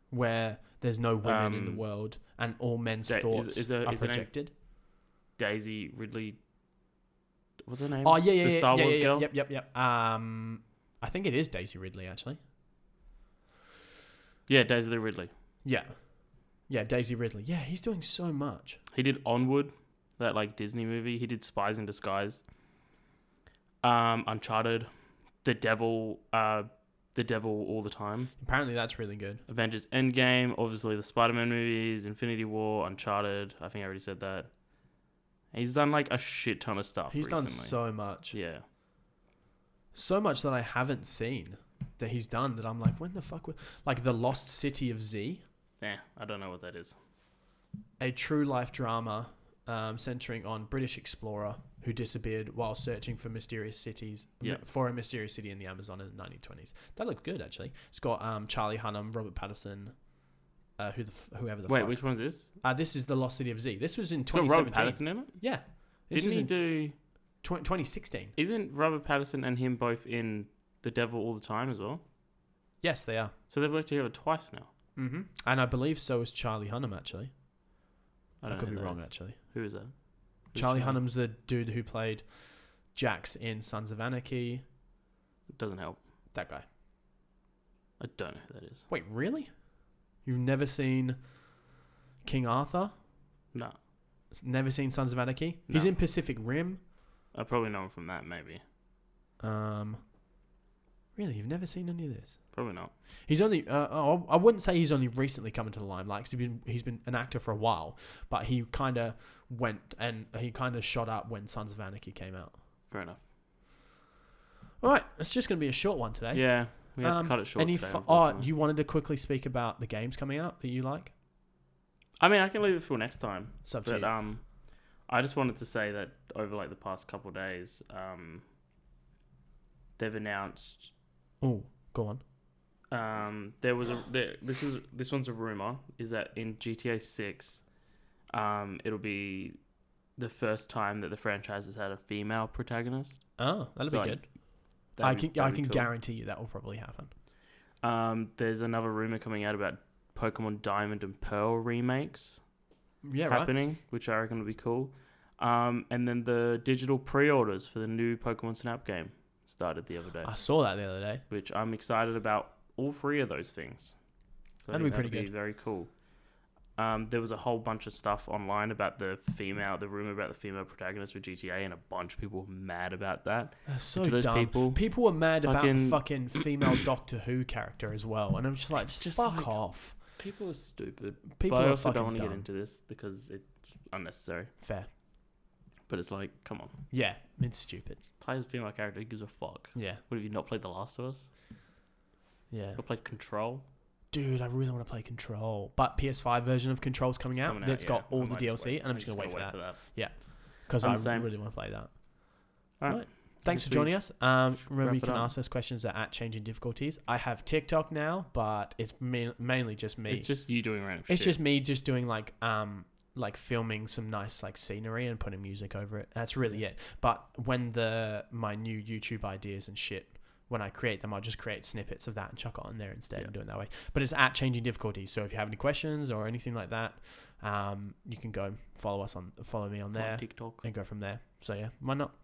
Speaker 1: where there's no women in the
Speaker 2: um,
Speaker 1: world and all men's
Speaker 2: that- is-
Speaker 1: thoughts
Speaker 2: is there-
Speaker 1: are
Speaker 2: is there any-
Speaker 1: projected.
Speaker 2: Daisy Ridley. What's her name?
Speaker 1: Oh yeah, yeah,
Speaker 2: the
Speaker 1: yeah,
Speaker 2: Star
Speaker 1: yeah,
Speaker 2: Wars
Speaker 1: yeah,
Speaker 2: girl.
Speaker 1: Yep, yep, yep. Um, I think it is Daisy Ridley actually.
Speaker 2: Yeah, Daisy Lee Ridley.
Speaker 1: Yeah, yeah, Daisy Ridley. Yeah, he's doing so much.
Speaker 2: He did Onward, that like Disney movie. He did Spies in Disguise. Um, Uncharted, The Devil, uh, The Devil All the Time,
Speaker 1: Apparently, that's really good.
Speaker 2: Avengers Endgame, obviously the Spider Man movies, Infinity War, Uncharted. I think I already said that. He's done like a shit ton of stuff.
Speaker 1: He's
Speaker 2: recently.
Speaker 1: done so much,
Speaker 2: Yeah.
Speaker 1: so much that I haven't seen that he's done. That I'm like, when the fuck? wa- Like the Lost City of Z.
Speaker 2: Yeah, I don't know what that is.
Speaker 1: a true life drama um, centering on British explorer who disappeared while searching for mysterious cities
Speaker 2: Yeah.
Speaker 1: for a mysterious city in the Amazon in the 1920s. That looked good actually. It's got um, Charlie Hunnam, Robert Pattinson, uh, who the f- whoever the
Speaker 2: Wait,
Speaker 1: fuck.
Speaker 2: which one is this?
Speaker 1: uh, this is the Lost City of Z. This was in
Speaker 2: It's got
Speaker 1: 2017.
Speaker 2: Robert Patterson in it.
Speaker 1: yeah, this
Speaker 2: Didn't
Speaker 1: was
Speaker 2: he
Speaker 1: in
Speaker 2: do?
Speaker 1: tw- 2016.
Speaker 2: Isn't Robert Patterson and him both in The Devil All the Time as well?
Speaker 1: Yes, they are.
Speaker 2: So they've worked together twice now.
Speaker 1: hmm And I believe so is Charlie Hunnam actually.
Speaker 2: I
Speaker 1: I,
Speaker 2: don't
Speaker 1: could
Speaker 2: know
Speaker 1: be
Speaker 2: who that
Speaker 1: wrong
Speaker 2: is.
Speaker 1: actually.
Speaker 2: Who is that? Who's
Speaker 1: Charlie Hunnam's the dude who played Jax in Sons of Anarchy.
Speaker 2: doesn't help.
Speaker 1: That guy.
Speaker 2: I don't know who that is.
Speaker 1: Wait, really? You've never seen King Arthur?
Speaker 2: No,
Speaker 1: Never seen Sons of Anarchy? He's
Speaker 2: No.
Speaker 1: in Pacific Rim.
Speaker 2: I probably know him from that. Maybe,
Speaker 1: Um, really, you've never seen any of this?
Speaker 2: probably not.
Speaker 1: He's only, uh, oh, I wouldn't say he's only recently come into the limelight 'cause he's been, he's been an actor for a while, but he kind of went and he kind of shot up when Sons of Anarchy came out.
Speaker 2: Fair enough.
Speaker 1: All right, it's just going to be a short one today.
Speaker 2: Yeah, we have
Speaker 1: Um,
Speaker 2: to cut it short
Speaker 1: any
Speaker 2: today.
Speaker 1: fi- oh,
Speaker 2: unfortunately.
Speaker 1: you wanted to quickly speak about the games coming out that you like?
Speaker 2: I mean, I can leave it for next time.
Speaker 1: It's up to
Speaker 2: But
Speaker 1: you.
Speaker 2: um, I just wanted to say that over like the past couple of days, um, they've announced
Speaker 1: oh, go on.
Speaker 2: um, there was a there, this is this one's a rumor is that in GTA Six, um, it'll be the first time that the franchise has had a female protagonist.
Speaker 1: Oh, that'll
Speaker 2: So
Speaker 1: be
Speaker 2: I-
Speaker 1: good. I
Speaker 2: That'd
Speaker 1: can
Speaker 2: be-
Speaker 1: I
Speaker 2: that'd be
Speaker 1: can
Speaker 2: cool.
Speaker 1: guarantee you that will probably happen.
Speaker 2: Um, there's another rumor coming out about Pokemon Diamond and Pearl remakes
Speaker 1: Yeah, right.
Speaker 2: happening, which I reckon will be cool. Um, and then the digital pre-orders for the new Pokemon Snap game started the other day,
Speaker 1: I saw that the other day.
Speaker 2: which I'm excited about. All three of those things. So I
Speaker 1: That'd
Speaker 2: think
Speaker 1: be pretty
Speaker 2: that'd
Speaker 1: good.
Speaker 2: Very cool. Um, there was a whole bunch of stuff online about the female, the rumor about the female protagonist with GTA, and a bunch of people were mad about that.
Speaker 1: That's so
Speaker 2: to those
Speaker 1: dumb. People,
Speaker 2: people,
Speaker 1: were mad
Speaker 2: Fucking-
Speaker 1: about the fucking fememale (coughs) Doctor Who character as well, and I'm just like,
Speaker 2: It's just
Speaker 1: fuck
Speaker 2: like-
Speaker 1: off.
Speaker 2: people are stupid.
Speaker 1: People
Speaker 2: but I
Speaker 1: are
Speaker 2: also
Speaker 1: fucking
Speaker 2: don't want to
Speaker 1: dumb.
Speaker 2: get into this because it's unnecessary.
Speaker 1: Fair.
Speaker 2: But it's like, come on,
Speaker 1: Yeah, it's stupid.
Speaker 2: play as a female character. Who gives a fuck?
Speaker 1: Yeah,
Speaker 2: What have you not played The Last of Us?
Speaker 1: yeah.
Speaker 2: Not played Control?
Speaker 1: Dude, I really want to play Control, but PS5 version of Control's coming
Speaker 2: It's
Speaker 1: out.
Speaker 2: coming
Speaker 1: that's
Speaker 2: yeah.
Speaker 1: got all
Speaker 2: I
Speaker 1: the
Speaker 2: might just
Speaker 1: DLC, and I'm just gonna
Speaker 2: gotta
Speaker 1: wait for that
Speaker 2: that.
Speaker 1: because
Speaker 2: I'm
Speaker 1: I
Speaker 2: the same.
Speaker 1: really want to play that.
Speaker 2: All
Speaker 1: Right.
Speaker 2: right.
Speaker 1: Thanks for
Speaker 2: Should we
Speaker 1: joining us. Um,
Speaker 2: should we
Speaker 1: remember,
Speaker 2: wrap
Speaker 1: you
Speaker 2: it
Speaker 1: can
Speaker 2: up?
Speaker 1: ask us questions at, at Changing Difficulties. I have TikTok now, but it's ma- mainly just me.
Speaker 2: It's just you doing random shit.
Speaker 1: It's just me just doing like um like filming some nice like scenery and putting music over it. That's really it. But when the my new YouTube ideas and shit when I create them, I'll just create snippets of that and chuck it on there instead
Speaker 2: Yeah.
Speaker 1: and do it that way. But it's at changing difficulties. So if you have any questions or anything like that, um, you can go follow us on follow me on
Speaker 2: on
Speaker 1: there
Speaker 2: TikTok.
Speaker 1: and go from there. So yeah, why not?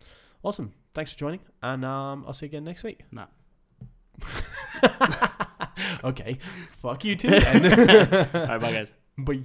Speaker 1: Awesome. Thanks for joining, and um, I'll see you again next week.
Speaker 2: Nah.
Speaker 1: (laughs) okay. Fuck you too. Then.
Speaker 2: All right, bye guys.
Speaker 1: Bye.